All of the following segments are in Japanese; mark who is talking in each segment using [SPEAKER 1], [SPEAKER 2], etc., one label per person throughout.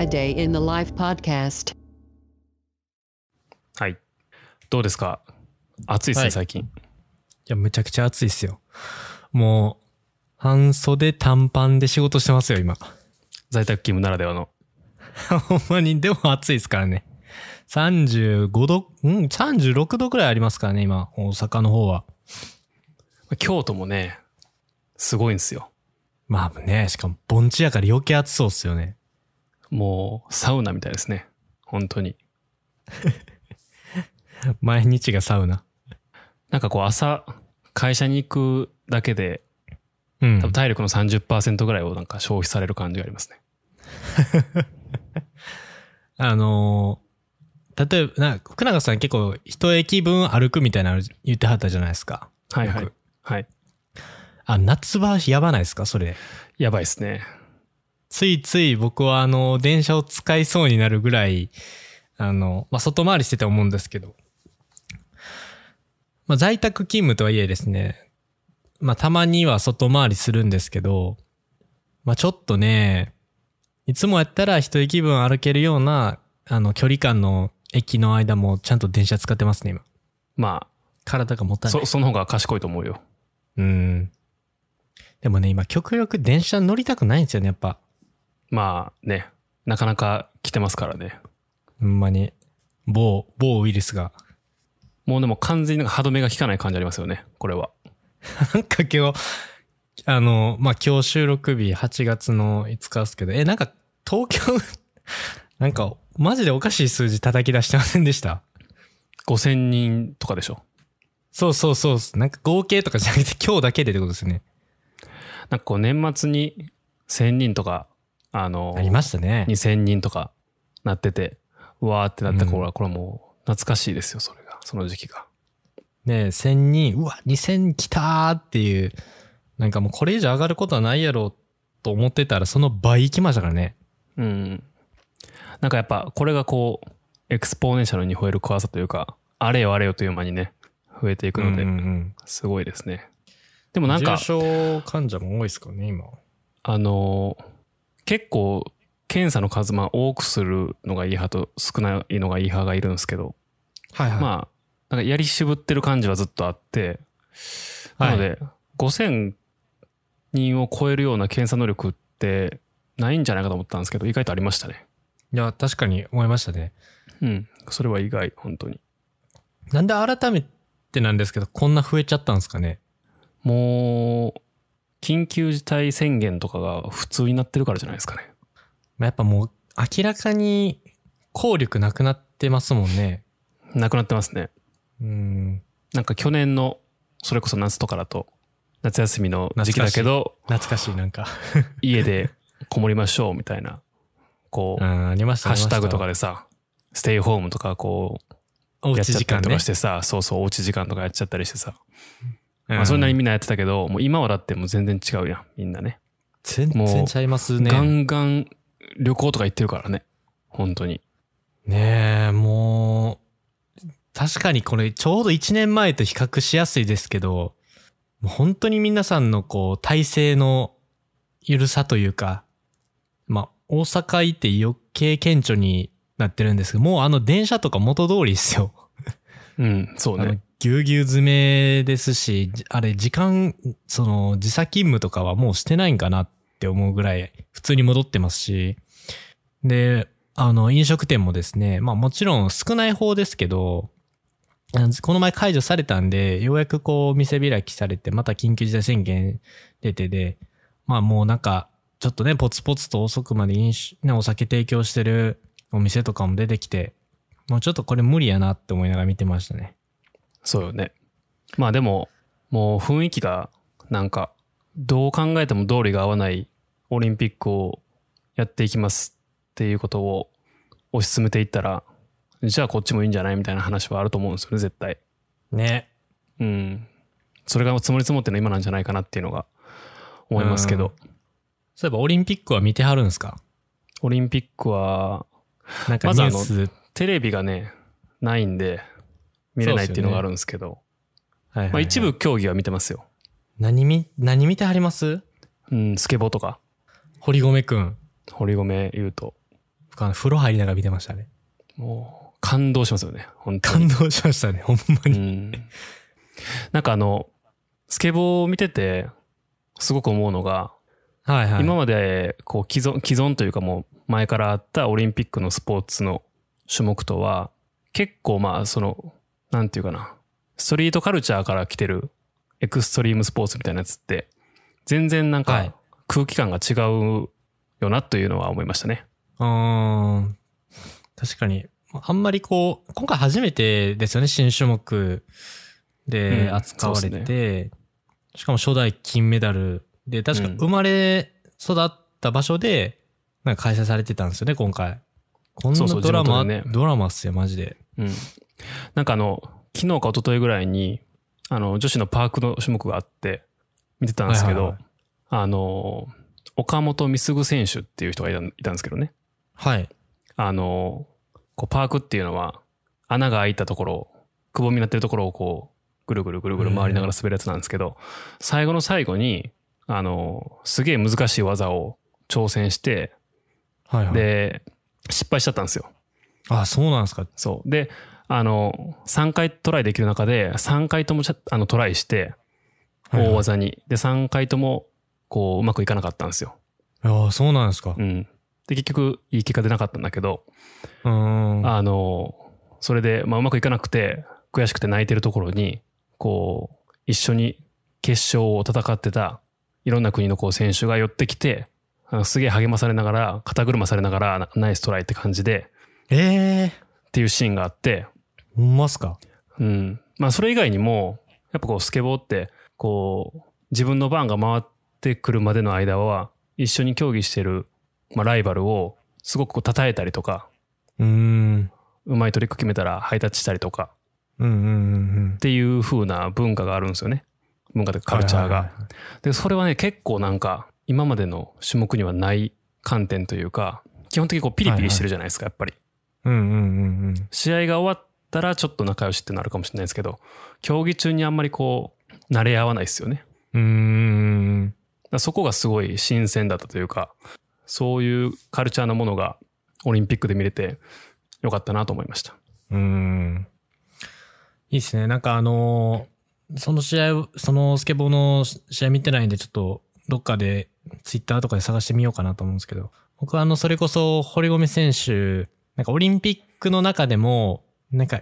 [SPEAKER 1] A Day in the Life podcast.
[SPEAKER 2] はい。どうですか暑いですね、
[SPEAKER 3] はい
[SPEAKER 2] 最近。
[SPEAKER 3] いや、めちゃくちゃ暑いっすよ。もう、半袖短パンで仕事してますよ、今。
[SPEAKER 2] 在宅勤務ならではの。
[SPEAKER 3] ほんまに、でも暑いですからね。35度、うん、36度くらいありますからね、今、大阪の方は。
[SPEAKER 2] 京都もね、すごいんですよ。
[SPEAKER 3] まあね、しかも盆地やから余計暑そうっすよね。
[SPEAKER 2] もう、サウナみたいですね。本当に。
[SPEAKER 3] 毎日がサウナ。
[SPEAKER 2] なんかこう、朝、会社に行くだけで、
[SPEAKER 3] うん
[SPEAKER 2] 多分。体力の30%ぐらいをなんか消費される感じがありますね。
[SPEAKER 3] あのー例えば、な福永さん結構一駅分歩くみたいなの言ってはったじゃないですか。
[SPEAKER 2] はいは
[SPEAKER 3] よ
[SPEAKER 2] い
[SPEAKER 3] く。
[SPEAKER 2] はい。
[SPEAKER 3] あ、夏場やばないですかそれ。
[SPEAKER 2] やばいですね。
[SPEAKER 3] ついつい僕はあの電車を使いそうになるぐらいあの、まあ、外回りしてて思うんですけど、まあ、在宅勤務とはいえですね、まあ、たまには外回りするんですけど、まあ、ちょっとねいつもやったら一駅分歩けるようなあの距離感の駅の間もちゃんと電車使ってますね今
[SPEAKER 2] ま
[SPEAKER 3] 体がも
[SPEAKER 2] あ、
[SPEAKER 3] たない
[SPEAKER 2] そ、その方が賢いと思うよ。
[SPEAKER 3] うんでもね今極力電車乗りたくないんですよねやっぱ
[SPEAKER 2] まあね、なかなか来てますからね。
[SPEAKER 3] ほんまに某某ウイルスが
[SPEAKER 2] もうでも完全になんか歯止めが効かない感じありますよね、これは。
[SPEAKER 3] なんか今日、あの、まあ、今日収録日8月の5日ですけど、え、なんか東京、 なんかマジでおかしい数字叩き出してませんでした
[SPEAKER 2] 5000人とかでしょ。
[SPEAKER 3] そうそうそうっす。なんか合計とかじゃなくて今日だけでってことですよね。
[SPEAKER 2] なんかこう年末に1000人とか、あの、
[SPEAKER 3] ありましたね。
[SPEAKER 2] 2000人とかなってて、うわーってなった頃
[SPEAKER 3] う
[SPEAKER 2] は、これはもう懐かしいですよ、それが、その時期が。
[SPEAKER 3] ね1000人、うわ、2000来たーっていう、なんかもうこれ以上上がることはないやろうと思ってたらその倍来ましたからね。
[SPEAKER 2] うん。なんかやっぱこれがこう、エクスポーネンシャルに吠える怖さというか、あれよあれよという間にね、増えていくの
[SPEAKER 3] う
[SPEAKER 2] で
[SPEAKER 3] ん、うん
[SPEAKER 2] すごいですね。で
[SPEAKER 3] う
[SPEAKER 2] も
[SPEAKER 3] ん、
[SPEAKER 2] なんか、
[SPEAKER 3] 重症患者も多いですからね、今。
[SPEAKER 2] あのー結構検査の数まあ多くするのがいい派と少ないのがいい派がいるんですけど、
[SPEAKER 3] はいはい。
[SPEAKER 2] まあなんかやり渋ってる感じはずっとあって
[SPEAKER 3] は
[SPEAKER 2] ないので、5000人を超えるような検査能力ってないんじゃないかと思ったんですけど意外とありましたね
[SPEAKER 3] いや、確かに思いましたね。
[SPEAKER 2] うんそれは意外本当に
[SPEAKER 3] なんで改めてなんですけど、こんな増えちゃったんですかね。
[SPEAKER 2] もう緊急事態宣言とかが普通になってるからじゃないですかね
[SPEAKER 3] まあ、やっぱもう明らかに効力なくなってますもんね。
[SPEAKER 2] なくなってますね
[SPEAKER 3] うん。
[SPEAKER 2] なんか去年のそれこそ夏とかだと夏休みの時期だけど
[SPEAKER 3] 懐かしいなんか。
[SPEAKER 2] 家でこもりましょうみたいなこ
[SPEAKER 3] う
[SPEAKER 2] う、
[SPEAKER 3] ん、ありました
[SPEAKER 2] ハッシュタグとか
[SPEAKER 3] で。
[SPEAKER 2] でさステイホームとかこう
[SPEAKER 3] おう
[SPEAKER 2] やっ
[SPEAKER 3] ち
[SPEAKER 2] ちゃっ
[SPEAKER 3] 時
[SPEAKER 2] た
[SPEAKER 3] 間
[SPEAKER 2] りと
[SPEAKER 3] ね
[SPEAKER 2] かし。てさ、そうそう、おうち時間とかやっちゃったりしてさ、
[SPEAKER 3] うん
[SPEAKER 2] まあ、それなりにみんなやってたけど、もう今はだってもう全然違うやん、みんなね。
[SPEAKER 3] 全
[SPEAKER 2] もう
[SPEAKER 3] 然ちゃいますね。
[SPEAKER 2] ガンガン旅行とか行ってるからね、本当に。
[SPEAKER 3] ねえ、もう、確かにこれちょうど1年前と比較しやすいですけど、もう本当に皆さんのこう、体制の緩さというか、まあ、大阪行って余計顕著になってるんですけど、もうあの電車とか元通りですよ。
[SPEAKER 2] うん、そう
[SPEAKER 3] あの
[SPEAKER 2] ね。、
[SPEAKER 3] ぎゅうぎゅう詰めですし、じあれ、時間、その、時差勤務とかはもうしてないんかなって思うぐらい、普通に戻ってますし、で、あの、飲食店もですね、まあもちろん少ない方ですけど、あのこの前解除されたんで、ようやくこう、店開きされて、また緊急事態宣言出てで、まあもうなんか、ちょっとね、ポツポツと遅くまで飲酒、ね、お酒提供してるお店とかも出てきて、もうちょっとこれ無理やなって思いながら見てましたね。
[SPEAKER 2] そうよね。まあでも、もう雰囲気が、なんか、どう考えても道理が合わないオリンピックをやっていきますっていうことを推し進めていったら、じゃあこっちもいいんじゃないみたいな話はあると思うんですよね、絶対。
[SPEAKER 3] ね。
[SPEAKER 2] うん。それが積もり積もっての今なんじゃないかなっていうのが思いますけど、
[SPEAKER 3] そういえばオリンピックは見てはるんですか
[SPEAKER 2] オリンピックは
[SPEAKER 3] なんか
[SPEAKER 2] ま
[SPEAKER 3] ニ
[SPEAKER 2] ずあ
[SPEAKER 3] ュー
[SPEAKER 2] の
[SPEAKER 3] ス、
[SPEAKER 2] テレビがね、ないんで、見れないっていうのがあるんですけど、
[SPEAKER 3] はいはいはい
[SPEAKER 2] まあ一部競技は見てますよ。
[SPEAKER 3] 何見、何見てはります
[SPEAKER 2] うん、スケボーとか、
[SPEAKER 3] 堀米くん。
[SPEAKER 2] 堀米優斗。
[SPEAKER 3] 僕あの風呂入りながら見てましたね。
[SPEAKER 2] もう、感動しますよね。本当に
[SPEAKER 3] 感。動しましたね、ほんま
[SPEAKER 2] う
[SPEAKER 3] に。
[SPEAKER 2] ん。なんかあの、スケボーを見てて、すごく思うのが、
[SPEAKER 3] はいはい。
[SPEAKER 2] 今までこう既存既存というかもう前からあったオリンピックのスポーツの種目とは結構まあそのなんていうかなストリートカルチャーから来てるエクストリームスポーツみたいなやつって全然なん
[SPEAKER 3] はい
[SPEAKER 2] か空気感が違うよなというのは思いましたね。
[SPEAKER 3] うーん。確かに。あんまりこう、今回初めてですよね、新種目で
[SPEAKER 2] うん
[SPEAKER 3] 扱われ
[SPEAKER 2] そうっす
[SPEAKER 3] て、しかも初代金メダルで、確か
[SPEAKER 2] うん
[SPEAKER 3] 生まれ育った場所で、なんか開催されてたんですよね、今回。こんな
[SPEAKER 2] そうそう
[SPEAKER 3] ドラマ、
[SPEAKER 2] 地元でね
[SPEAKER 3] ドラマっすよ、マジで。
[SPEAKER 2] うん、なんかあの昨日か一昨日ぐらいにあの女子のパークの種目があって見てたんですけど、
[SPEAKER 3] はいはい
[SPEAKER 2] あの岡本美優選手っていう人がいたんいたんですけどね。
[SPEAKER 3] はい。
[SPEAKER 2] あの、こうパークっていうのは、穴が開いたところ、くぼみになってるところをこう、ぐるぐるぐるぐる回りながら滑るやつなんですけど、最後の最後に、あの、すげえ難しい技を挑戦して、
[SPEAKER 3] はいはい。
[SPEAKER 2] で、失敗しちゃったんですよ。
[SPEAKER 3] あ、そうなんですか。
[SPEAKER 2] そう。で、あの、3回トライできる中で、3回ともちゃあのトライして、
[SPEAKER 3] はいはい
[SPEAKER 2] 大技に。で、3回とも、こう、うまくいかなかったんですよ。
[SPEAKER 3] ああ、そうなんですか
[SPEAKER 2] う。ん。で、結局、いい結果出なかったんだけど、
[SPEAKER 3] うーん。は
[SPEAKER 2] あの、それで、まあ、うまくいかなくて、悔しくて泣いてるところに、こう、一緒に決勝を戦ってた、いろんな国のこう選手が寄ってきて、あのすげえ励まされながら、肩車されながら、なナイストライって感じで、
[SPEAKER 3] ええ
[SPEAKER 2] っていうシーンがあって、
[SPEAKER 3] ー、ほんまっすか。
[SPEAKER 2] うん。まあ、それ以外にも、やっぱこう、スケボーって、こう、自分の番が回ってくるまでの間は、一緒に競技してる、まあ、ライバルを、すごくこう、叩いたりとか、
[SPEAKER 3] うーん。
[SPEAKER 2] うまいトリック決めたらハイタッチしたりとか、
[SPEAKER 3] うんうんうん
[SPEAKER 2] っていう風な文化があるんですよね文化というかカルチャーが、
[SPEAKER 3] はいはいはい
[SPEAKER 2] でそれはね結構なんか今までの種目にはない観点というか基本的にこうピリピリしてるじゃないですか、やっぱり
[SPEAKER 3] うん。うんうんうんうん。
[SPEAKER 2] 試合が終わったらちょっと仲良しってなるかもしれないですけど競技中にあんまりこう慣れ合わないですよねだか
[SPEAKER 3] うーん。
[SPEAKER 2] らそこがすごい新鮮だったというかそういうカルチャーなものがオリンピックで見れてよかったなと思いました
[SPEAKER 3] うーん。いいですね。なんかあのーその試合、そのスケボーの試合見てないんで、ちょっとどっかで、ツイッターとかで探してみようかなと思うんですけど、僕はあの、それこそ堀米選手、なんかオリンピックの中でも、なんか、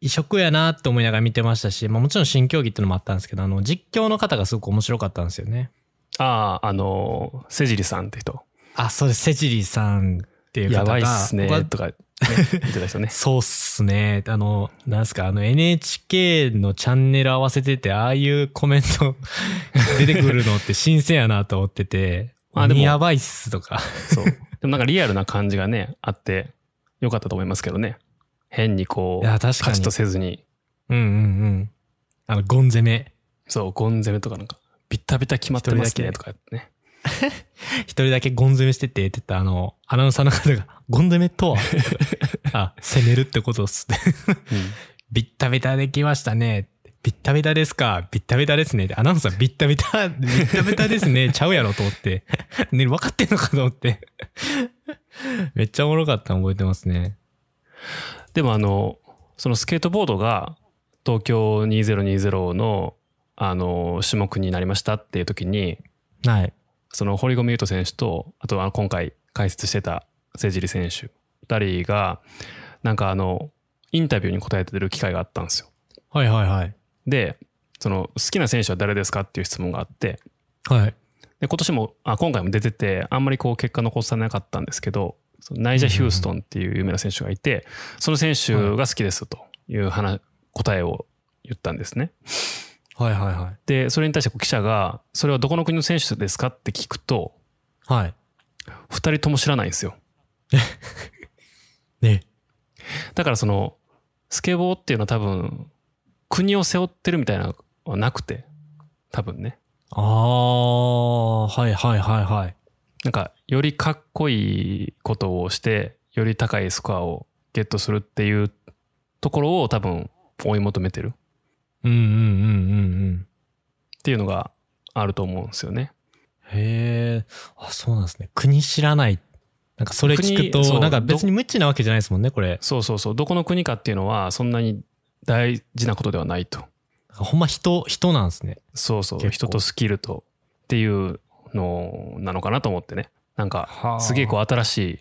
[SPEAKER 3] 異色やなって思いながら見てましたし、まあもちろん新競技ってのもあったんですけど、あの、実況の方がすごく面白かったんですよね。
[SPEAKER 2] あああのセジリさんって人
[SPEAKER 3] あ、そうです。セチリさんっていう
[SPEAKER 2] や
[SPEAKER 3] 方が。
[SPEAKER 2] ばいっすね
[SPEAKER 3] 僕は
[SPEAKER 2] とか、ね、言ってた人ね
[SPEAKER 3] そうっすね。あの、なんすか、あの NHK のチャンネル合わせてて、ああいうコメント 出てくるのって新鮮やなと思ってて、
[SPEAKER 2] ま
[SPEAKER 3] あ
[SPEAKER 2] あでも
[SPEAKER 3] やばいっすとか。
[SPEAKER 2] そう。 でもなんかリアルな感じがね、あって、よかったと思いますけどね。変にこ、
[SPEAKER 3] いうや、確か
[SPEAKER 2] カ
[SPEAKER 3] に
[SPEAKER 2] チッ。とせずに、
[SPEAKER 3] うんうんうん。あの、ゴン攻め。
[SPEAKER 2] そう、ゴン攻めとかなんか、ビッタビタ決まってますね
[SPEAKER 3] 一人だけ
[SPEAKER 2] とかやってね。
[SPEAKER 3] 一人だけゴン攻めしてて、って言ったあの、アナウンサーの方が、ゴン攻め とはあ、攻めるってことっすね。ビッタビタできましたね。ビッタビタですかビッタビタですね。アナウンサービッタビタ、ビッタビタですね。ちゃうやろと思って。ね、分かってんのかと思って。めっちゃおもろかったの覚えてますね。
[SPEAKER 2] うんでもあの、そのスケートボードが、東京2020の、あの、種目になりましたっていう時に、
[SPEAKER 3] はい。
[SPEAKER 2] その堀米雄斗選手と、あとあの今回解説してた聖尻選手、二人が、なんかあの、インタビューに答えてる機会があったんですよ。
[SPEAKER 3] はいはいはい。
[SPEAKER 2] で、その、好きな選手は誰ですかっていう質問があって、
[SPEAKER 3] はい。
[SPEAKER 2] で今年もあ今回も出ててあんまりこう結果残さなかったんですけどそのナイジャ・ヒューストンっていう有名な選手がいてその選手が好きですという話答えを言ったんですね。
[SPEAKER 3] はいはいはい。
[SPEAKER 2] でそれに対してこう記者が「それはどこの国の選手ですか?」って聞くと
[SPEAKER 3] はい。
[SPEAKER 2] 2人とも知らないんですよ。
[SPEAKER 3] ね。
[SPEAKER 2] だからそのスケボーっていうのは多分国を背負ってるみたいなのはなくて多分ね
[SPEAKER 3] あー、はいはいはいはい。
[SPEAKER 2] なんかよりかっこいいことをしてより高いスコアをゲットするっていうところを多分追い求めてる
[SPEAKER 3] うんうんうんうんうん。
[SPEAKER 2] っていうのがあると思うんですよね。
[SPEAKER 3] へえ、あ、そうなんですね。国知らない。なんかそれ聞く
[SPEAKER 2] 国そ
[SPEAKER 3] と、
[SPEAKER 2] う
[SPEAKER 3] なんか別に無知なわけじゃないですもんね、これ。
[SPEAKER 2] そうそうそう。どこの国かっていうのは、そんなに大事なことではないと。
[SPEAKER 3] なんかほんま人、人なんですね。
[SPEAKER 2] そうそう。
[SPEAKER 3] 結構
[SPEAKER 2] 人とスキルとっていうのなのかなと思ってね。なんか、
[SPEAKER 3] は
[SPEAKER 2] すげえこう新しい、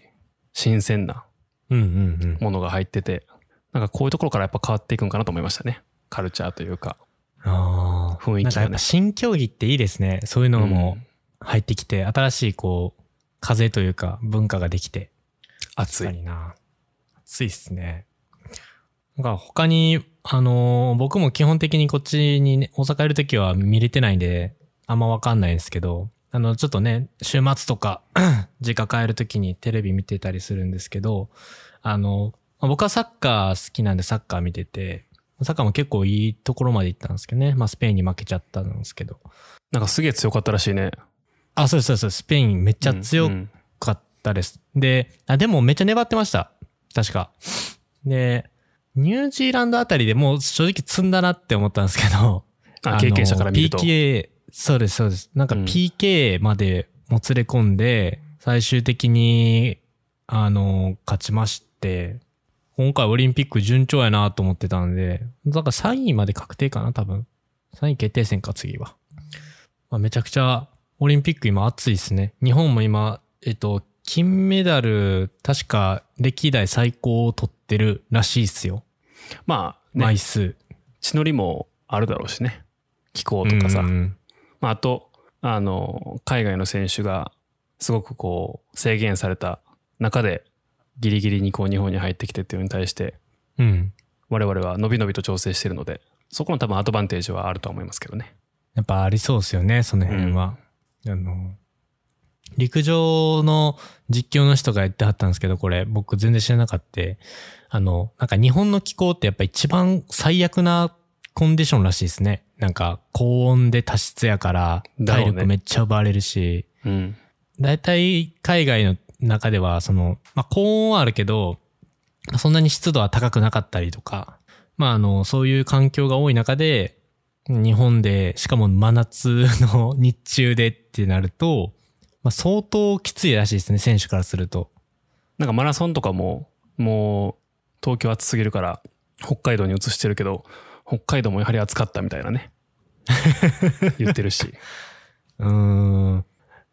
[SPEAKER 2] 新鮮な
[SPEAKER 3] う。うんうんうん。
[SPEAKER 2] ものが入ってて、なんかこういうところからやっぱ変わっていくんかなと思いましたね。カルチャーというか、
[SPEAKER 3] ああ。
[SPEAKER 2] 雰囲気が、
[SPEAKER 3] なん
[SPEAKER 2] ね。
[SPEAKER 3] かやっぱ新競技っていいですね。そういうのも入ってきて、新しいこう、風というか文化ができて。
[SPEAKER 2] 熱
[SPEAKER 3] 確
[SPEAKER 2] い。
[SPEAKER 3] かにな。暑いっすね。なんか他に、あのー僕も基本的にこっちにね、大阪いるときは見れてないんで、あんまわかんないんですけど、あの、ちょっとね、週末とか、 実家帰るときにテレビ見てたりするんですけど、あの、まあ僕はサッカー好きなんでサッカー見てて、サッカーも結構いいところまで行ったんですけどね。まあ、スペインに負けちゃったんですけど。
[SPEAKER 2] なんかすげえ強かったらしいね。
[SPEAKER 3] あ、そうですそうです。スペインめっちゃ強
[SPEAKER 2] うんうん
[SPEAKER 3] かったです。で、あ、でもめっちゃ粘ってました。確か。で、ニュージーランドあたりでもう正直積んだなって思ったんですけど。
[SPEAKER 2] あ
[SPEAKER 3] の
[SPEAKER 2] 経験者から見ると。
[SPEAKER 3] PK、そうです、そうです。なんか
[SPEAKER 2] うん
[SPEAKER 3] PK までもつれ込んで、最終的に、あの、勝ちまして、今回オリンピック順調やなと思ってたんで、なんか3位まで確定かな、多分。3位決定戦か、次は。まあ、めちゃくちゃ、オリンピック今熱いですね。日本も今、えっと、金メダル、確か歴代最高を取ってるらしいっすよ。
[SPEAKER 2] まあ、ね
[SPEAKER 3] 枚数。
[SPEAKER 2] 血のりもあるだろうしね。気候とかさ。
[SPEAKER 3] うん
[SPEAKER 2] まあ、あと、あの、海外の選手がすごくこう制限された中でギリギリにこう日本に入ってきてっていうのに対して
[SPEAKER 3] うん。
[SPEAKER 2] 我々は伸び伸びと調整してるので、そこの多分アドバンテージはあるとは思いますけどね。
[SPEAKER 3] やっぱありそうですよね、その辺は。あの、陸上の実況の人が言ってはったんですけど、これ、僕全然知らなかった。あの、なんか日本の気候ってやっぱ一番最悪なコンディションらしいですね。なんか高温で多湿やから、
[SPEAKER 2] だろうね
[SPEAKER 3] 体力めっちゃ奪われるし、
[SPEAKER 2] うん。
[SPEAKER 3] 大体海外の中ではその、まあ、高温はあるけどそんなに湿度は高くなかったりとか、まあ、あのそういう環境が多い中で日本でしかも真夏の日中でってなると、まあ、相当きついらしいですね選手からすると。
[SPEAKER 2] なんかマラソンとかも、もう東京暑すぎるから北海道に移してるけど、北海道もやはり暑かったみたいな ね。言ってるし。
[SPEAKER 3] うーん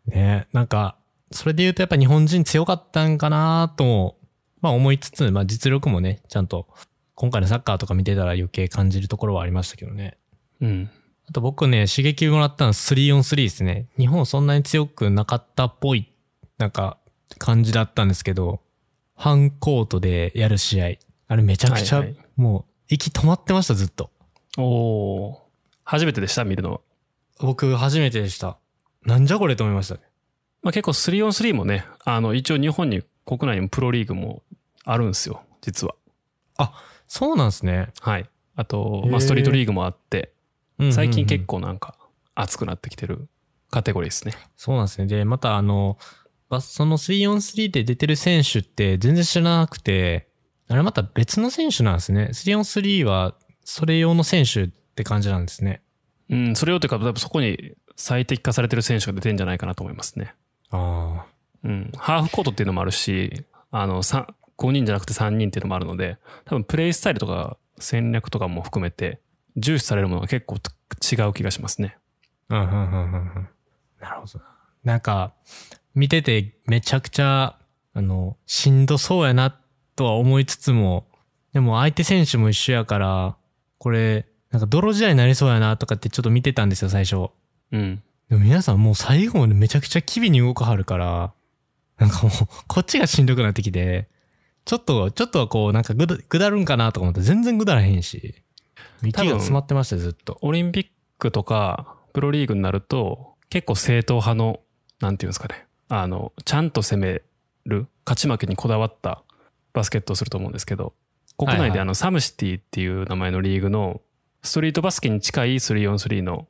[SPEAKER 3] ねなんかそれで言うとやっぱ日本人強かったんかなとも、まあ、思いつつ、まあ、実力もねちゃんと今回のサッカーとか見てたら余計感じるところはありましたけどね。
[SPEAKER 2] うん。
[SPEAKER 3] あと僕ね、刺激もらったのは 3on3 ですね。日本そんなに強くなかったっぽい、なんか、感じだったんですけど、半コートでやる試合。あれめちゃくちゃ、
[SPEAKER 2] はいはい
[SPEAKER 3] もう、息止まってました、ずっと。
[SPEAKER 2] おお初めてでした、見るのは。
[SPEAKER 3] 僕、初めてでした。なんじゃこれと思いましたね。
[SPEAKER 2] まあ、結構 3on3 もね、あの、一応日本に国内にプロリーグもあるんですよ、実は。
[SPEAKER 3] そうなんですね。
[SPEAKER 2] はい。あと、
[SPEAKER 3] へ
[SPEAKER 2] ま
[SPEAKER 3] ー
[SPEAKER 2] あ、ストリートリーグもあって、最近結
[SPEAKER 3] 構
[SPEAKER 2] 構なんか熱くなってきてるカテゴリーですね。
[SPEAKER 3] そうなんですね。で、またあの、バその 3on3 で出てる選手って全然知らなくて、あれまた別の選手なんですね。3on3 はそれ用の選手って感じなんですね。
[SPEAKER 2] うん、それをというか、多分そこに最適化されてる選手が出てんじゃないかなと思いますね。
[SPEAKER 3] あ
[SPEAKER 2] うん。ハーフコートっていうのもあるし、あの、さ5人じゃなくて3人っていうのもあるので、多分プレイスタイルとか戦略とかも含めて、重視されるものが結構違う気がしますね。
[SPEAKER 3] あ。うんうんうんうんうん。なるほどな。なんか、見ててめちゃくちゃ、あの、しんどそうやなとは思いつつも、でも相手選手も一緒やから、これ、なんか泥試合になりそうやなとかってちょっと見てたんですよ、最初。
[SPEAKER 2] うん。
[SPEAKER 3] でも皆さんもう最後までめちゃくちゃ機微に動かはるから、なんかもう、こっちがしんどくなってきて、ちょっと、ちょっとはこう、なんかぐだぐだるんかなとか思ったら全然ぐだらへんし、
[SPEAKER 2] 多
[SPEAKER 3] 息
[SPEAKER 2] 分
[SPEAKER 3] が詰まってましたよ、ずっと。
[SPEAKER 2] オリンピックとかプロリーグになると結構正統派のなんていうんですかねあのちゃんと攻める勝ち負けにこだわったバスケットをすると思うんですけど国
[SPEAKER 3] はい
[SPEAKER 2] 内
[SPEAKER 3] はい
[SPEAKER 2] であのサムシティっていう名前のリーグのストリートバスケに近い 3on3 の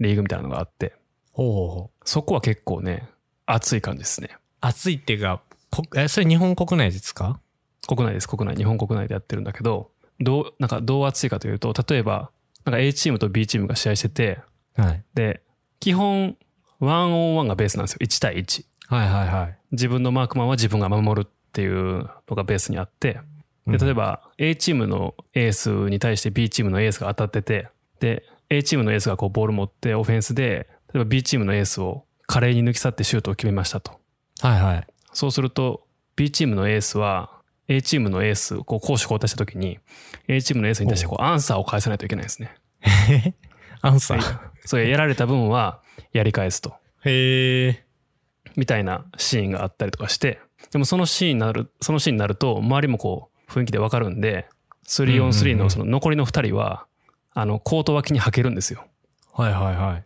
[SPEAKER 2] リーグみたいなのがあって
[SPEAKER 3] ほうほうほう。
[SPEAKER 2] そこは結構ね熱い感じですね
[SPEAKER 3] 暑いっていうか、こえそれ日本国内ですか
[SPEAKER 2] 国内です国内日本国内でやってるんだけどどうなんかどう熱いかというと例えばなんか A チームと B チームが試合してて
[SPEAKER 3] はい。
[SPEAKER 2] で基本ワンオンワンがベースなんですよ1対1
[SPEAKER 3] はいはいはい。
[SPEAKER 2] 自分のマークマンは自分が守るっていうのがベースにあってで例え
[SPEAKER 3] ば、
[SPEAKER 2] ば A チームのエースに対して B チームのエースが当たっててで A チームのエースがこうボール持ってオフェンスで例えば B チームのエースを華麗に抜き去ってシュートを決めましたと
[SPEAKER 3] はいはい。
[SPEAKER 2] そうすると B チームのエースは A チームのエースをこう攻守交代した時に A チームのエースに対してこうアンサーを返さないといけないですね
[SPEAKER 3] アンサ
[SPEAKER 2] は
[SPEAKER 3] ー。
[SPEAKER 2] そういうやられた分はやり返すと
[SPEAKER 3] へえ。
[SPEAKER 2] みたいなシーンがあったりとかしてでもそのシーンになるそのシーンになると周りもこう雰囲気でわかるんで
[SPEAKER 3] うんう
[SPEAKER 2] 3on3
[SPEAKER 3] んうん
[SPEAKER 2] のその残りの2人はあのコート脇に履けるんですよ
[SPEAKER 3] はいはいはい。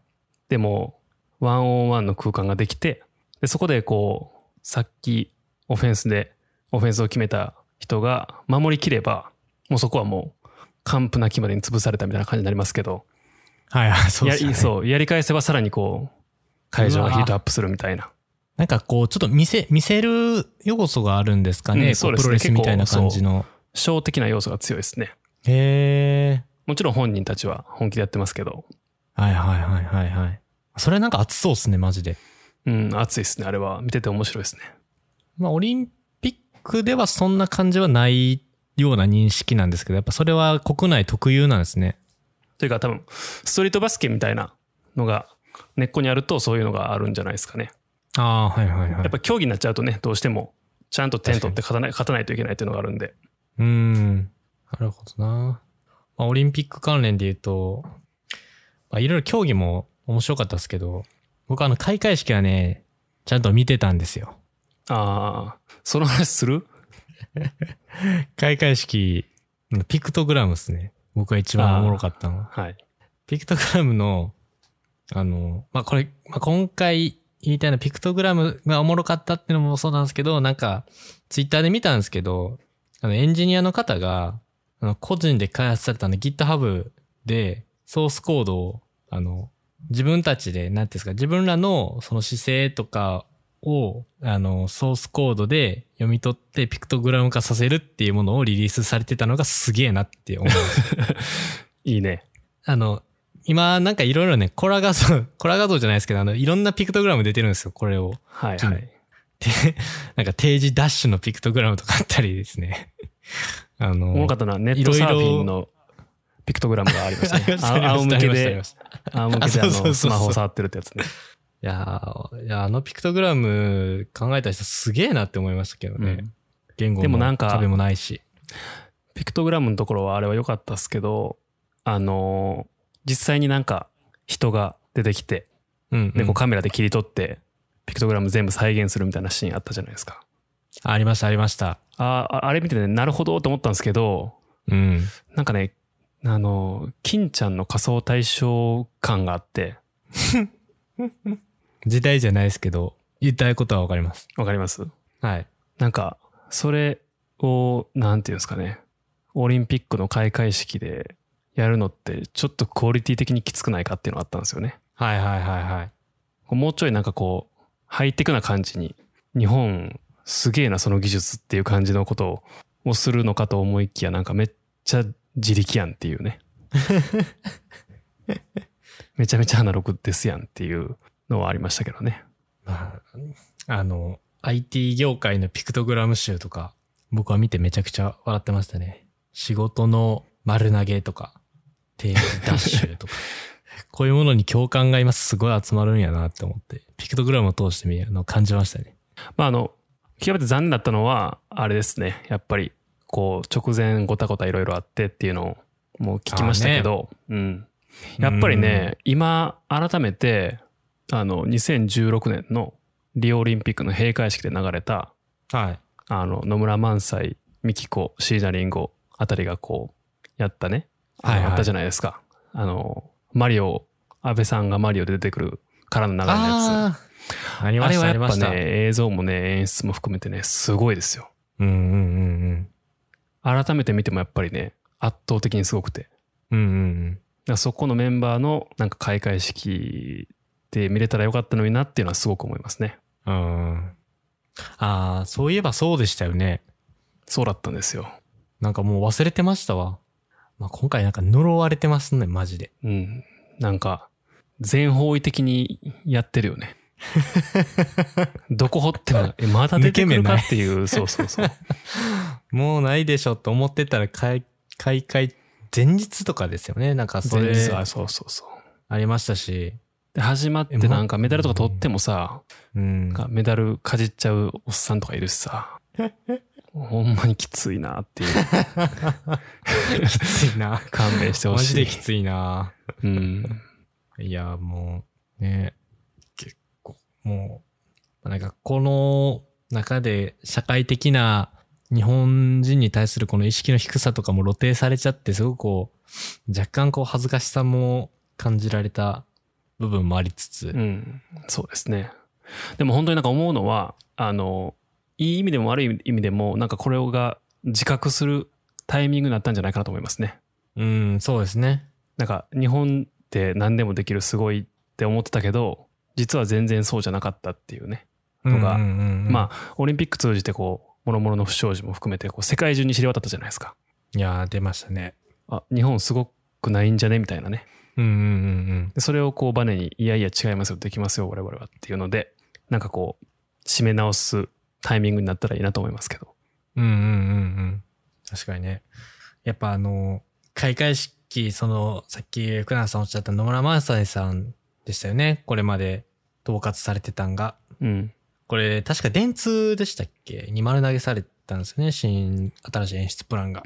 [SPEAKER 2] でも 1on1 の空間ができてでそこでこうさっきオフェンスでオフェンスを決めた人が守りきればもうそこはもう完膚なきまでに潰されたみたいな感じになりますけど
[SPEAKER 3] はいはい、そうですね
[SPEAKER 2] やそうやり返せばさらにこう会場がヒートアップするみたいな
[SPEAKER 3] なんかこう、ちょっと見せ、見せる要素があるんですかね。
[SPEAKER 2] うん
[SPEAKER 3] こ
[SPEAKER 2] そうですね
[SPEAKER 3] プロレスみたいな感じの。
[SPEAKER 2] ショー的な要素が強いですね
[SPEAKER 3] へえ。
[SPEAKER 2] もちろん本人たちは本気でやってますけど、
[SPEAKER 3] はいはいはいはいはい。それなんか熱そうっすね、マジで。
[SPEAKER 2] うん、熱いですね、あれは。見てて面白いですね。
[SPEAKER 3] まあ、オリンピックではそんな感じはないような認識なんですけど、やっぱそれは国内特有なんですね。
[SPEAKER 2] というか、多分ストリートバスケみたいなのが根っこにあると、そういうのがあるんじゃないですかね。
[SPEAKER 3] ああ、はいはいは
[SPEAKER 2] やっぱ競技になっちゃうとね、どうしても、ちゃんと点取って勝たない勝たないといけないっていうのがあるんで。
[SPEAKER 3] うーん。なるほどな。まあ、オリンピック関連で言うと、まあ、いろいろ競技も面白かったですけど、僕あの開会式はね、ちゃんと見てたんですよ。
[SPEAKER 2] ああ、その話する
[SPEAKER 3] 開会式、ピクトグラムですね。僕が一番おもろかったのは。
[SPEAKER 2] はい。
[SPEAKER 3] ピクトグラムの、あの、まあ、これ、まあ、今回言いたいのはピクトグラムがおもろかったっていうのもそうなんですけど、なんか、ツイッターで見たんですけど、あの、エンジニアの方が、あの、個人で開発されたの GitHub で、ソースコードを、あの、自分たちで、なんていうんですか、自分らのその姿勢とかを、あの、ソースコードで読み取ってピクトグラム化させるっていうものをリリースされてたのがすげえなって思う。
[SPEAKER 2] いいね。
[SPEAKER 3] あの、今、なんかいろいろね、コラ画像、 コラ画像じゃないですけど、あの、いろんなピクトグラム出てるんですよ、これを。
[SPEAKER 2] はいはい。
[SPEAKER 3] で、 なんか定時ダッシュのピクトグラムとかあったりですね。 あ
[SPEAKER 2] おもろ
[SPEAKER 3] の
[SPEAKER 2] かっ、たのは、ネットサーフィン
[SPEAKER 3] いろ
[SPEAKER 2] のピクトグラムがありました
[SPEAKER 3] あり
[SPEAKER 2] ね
[SPEAKER 3] ま。したあり
[SPEAKER 2] あ
[SPEAKER 3] ま
[SPEAKER 2] 仰
[SPEAKER 3] し
[SPEAKER 2] 向
[SPEAKER 3] た
[SPEAKER 2] け
[SPEAKER 3] あり
[SPEAKER 2] で
[SPEAKER 3] まし、
[SPEAKER 2] 仰向けであ
[SPEAKER 3] あそうそうそうそう
[SPEAKER 2] のスマホを触ってるってやつね。
[SPEAKER 3] いやーいや、あのピクトグラム考えた人すげえなって思いましたけどね。
[SPEAKER 2] うん
[SPEAKER 3] 言語
[SPEAKER 2] でもなん
[SPEAKER 3] も
[SPEAKER 2] か
[SPEAKER 3] 壁もないし。
[SPEAKER 2] ピクトグラムのところはあれは良かったっすけど、あのー実際になんか人が出てきて、
[SPEAKER 3] うん、う
[SPEAKER 2] で、
[SPEAKER 3] ん
[SPEAKER 2] こうカメラで切り取って、ピクトグラム全部再現するみたいなシーンあったじゃないですか。
[SPEAKER 3] ありました、ありました。
[SPEAKER 2] あーああれ見てね、なるほどと思ったんですけど、
[SPEAKER 3] うん。
[SPEAKER 2] なんかね、あのー、金ちゃんの仮想対象感があって、
[SPEAKER 3] 時代じゃないですけど、言いたいことはわかります。
[SPEAKER 2] わかります
[SPEAKER 3] はい。
[SPEAKER 2] なんか、それを、なんていうんですかね、オリンピックの開会式でやるのって、ちょっとクオリティ的にきつくないかっていうのがあったんですよね。
[SPEAKER 3] はいはいはいはい。
[SPEAKER 2] もうちょいなんかこう、ハイテクな感じに、日本すげえなその技術っていう感じのことをするのかと思いきや、なんかめっちゃ自力やんっていうね。めちゃめちゃアナログですやんっていうのはありましたけどね。
[SPEAKER 3] ま あ、あの、IT 業界のピクトグラム集とか、僕は見てめちゃくちゃ笑ってましたね。仕事の丸投げとか、定時ダッシュ とか。こういうものに共感が今すごい集まるんやなって思って、ピクトグラムを通してみるのを感じましたね。
[SPEAKER 2] まああの、極めて残念だったのは、あれですね。やっぱり、こう、直前ごたごたいろいろあってっていうのをもう聞きましたけど、うん。やっぱりね、今、改めて、あの、2016年のリオオリンピックの閉会式で流れた、
[SPEAKER 3] うん。はい。
[SPEAKER 2] あの、野村萬斎、美紀子、椎名林檎あたりがこう、やったね、あ
[SPEAKER 3] はい
[SPEAKER 2] の
[SPEAKER 3] はい
[SPEAKER 2] あったじゃないですか。あの、マリオ、安倍さんがマリオで出てくるからの流れのや
[SPEAKER 3] ああ。あり
[SPEAKER 2] つ。あ
[SPEAKER 3] ま
[SPEAKER 2] れ
[SPEAKER 3] し
[SPEAKER 2] は
[SPEAKER 3] た、あり
[SPEAKER 2] や
[SPEAKER 3] ま
[SPEAKER 2] っぱ
[SPEAKER 3] した。
[SPEAKER 2] ね、映像もね、演出も含めてね、すごいですよ。
[SPEAKER 3] うんうんうん
[SPEAKER 2] 改めて見てもやっぱりね、圧倒的にすごくて。
[SPEAKER 3] うん。うんうん
[SPEAKER 2] だからそこのメンバーのなんか開会式で見れたらよかったのになっていうのはすごく思いますね。
[SPEAKER 3] うん。うん。ああ、そういえばそうでしたよね。
[SPEAKER 2] そうだったんですよ。
[SPEAKER 3] なんかもう忘れてましたわ。まあ、今回なんか呪われてますね、マジで。
[SPEAKER 2] うん。なんか、全方位的にやってるよね。どこ掘っても、え、まだ出てくるかっていう、そうそうそう。
[SPEAKER 3] もうないでしょと思ってたら買い、買い替え前日とかですよね。なんかそ
[SPEAKER 2] 前
[SPEAKER 3] れ
[SPEAKER 2] 日は、そうそうそう。
[SPEAKER 3] ありましたし。
[SPEAKER 2] で、始まって
[SPEAKER 3] えもう
[SPEAKER 2] なんかメダルとか取ってもさ、
[SPEAKER 3] うん。
[SPEAKER 2] なんかメダルかじっちゃうおっさんとかいるしさ。ほんまにきついなっていう。
[SPEAKER 3] きついな。
[SPEAKER 2] 勘弁してほ
[SPEAKER 3] マ
[SPEAKER 2] しい。
[SPEAKER 3] ジできついな。
[SPEAKER 2] うん。
[SPEAKER 3] いや、もう、ね、結構、もう、なんかこの中で社会的な日本人に対するこの意識の低さとかも露呈されちゃって、すごくこう、若干こう恥ずかしさも感じられた部分もありつつ、
[SPEAKER 2] うん。そうですね。でも本当になんか思うのは、あの、いい意味でも悪い意味でも、なんかこれが自覚するタイミングになったんじゃないかなと思いますね。
[SPEAKER 3] うん、そうですね。
[SPEAKER 2] なんか日本って何でもできるすごいって思ってたけど、実は全然そうじゃなかったっていうね。のが
[SPEAKER 3] うんうんうん
[SPEAKER 2] まあ、オリンピック通じてこう、諸々の不祥事も含めてこう世界中に知れ渡ったじゃないですか。
[SPEAKER 3] いやー、出ましたね。
[SPEAKER 2] あ、日本すごくないんじゃねみたいなね。
[SPEAKER 3] うんうんうん
[SPEAKER 2] でそれをこうバネに、いやいや違いますよ、できますよ、我々はっていうので、なんかこう、締め直すタイミングになったらいいなと思いますけど。
[SPEAKER 3] うん。うんうんうんうん。確かにね。やっぱあの、開会式、その、さっき、クナさんおっしゃった野村萬斎さんでしたよね。これまで統括されてたんが。
[SPEAKER 2] うん。
[SPEAKER 3] これ、確か電通でしたっけに丸投げされたんですよね。新、新しい演出プランが。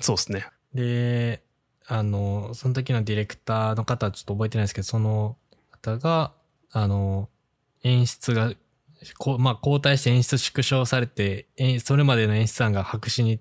[SPEAKER 2] そうですね。
[SPEAKER 3] で、あの、その時のディレクターの方はちょっと覚えてないですけど、その方が、あの、演出が、こうまあ、交代して演出縮小されて、演それまでの演出さんが白紙に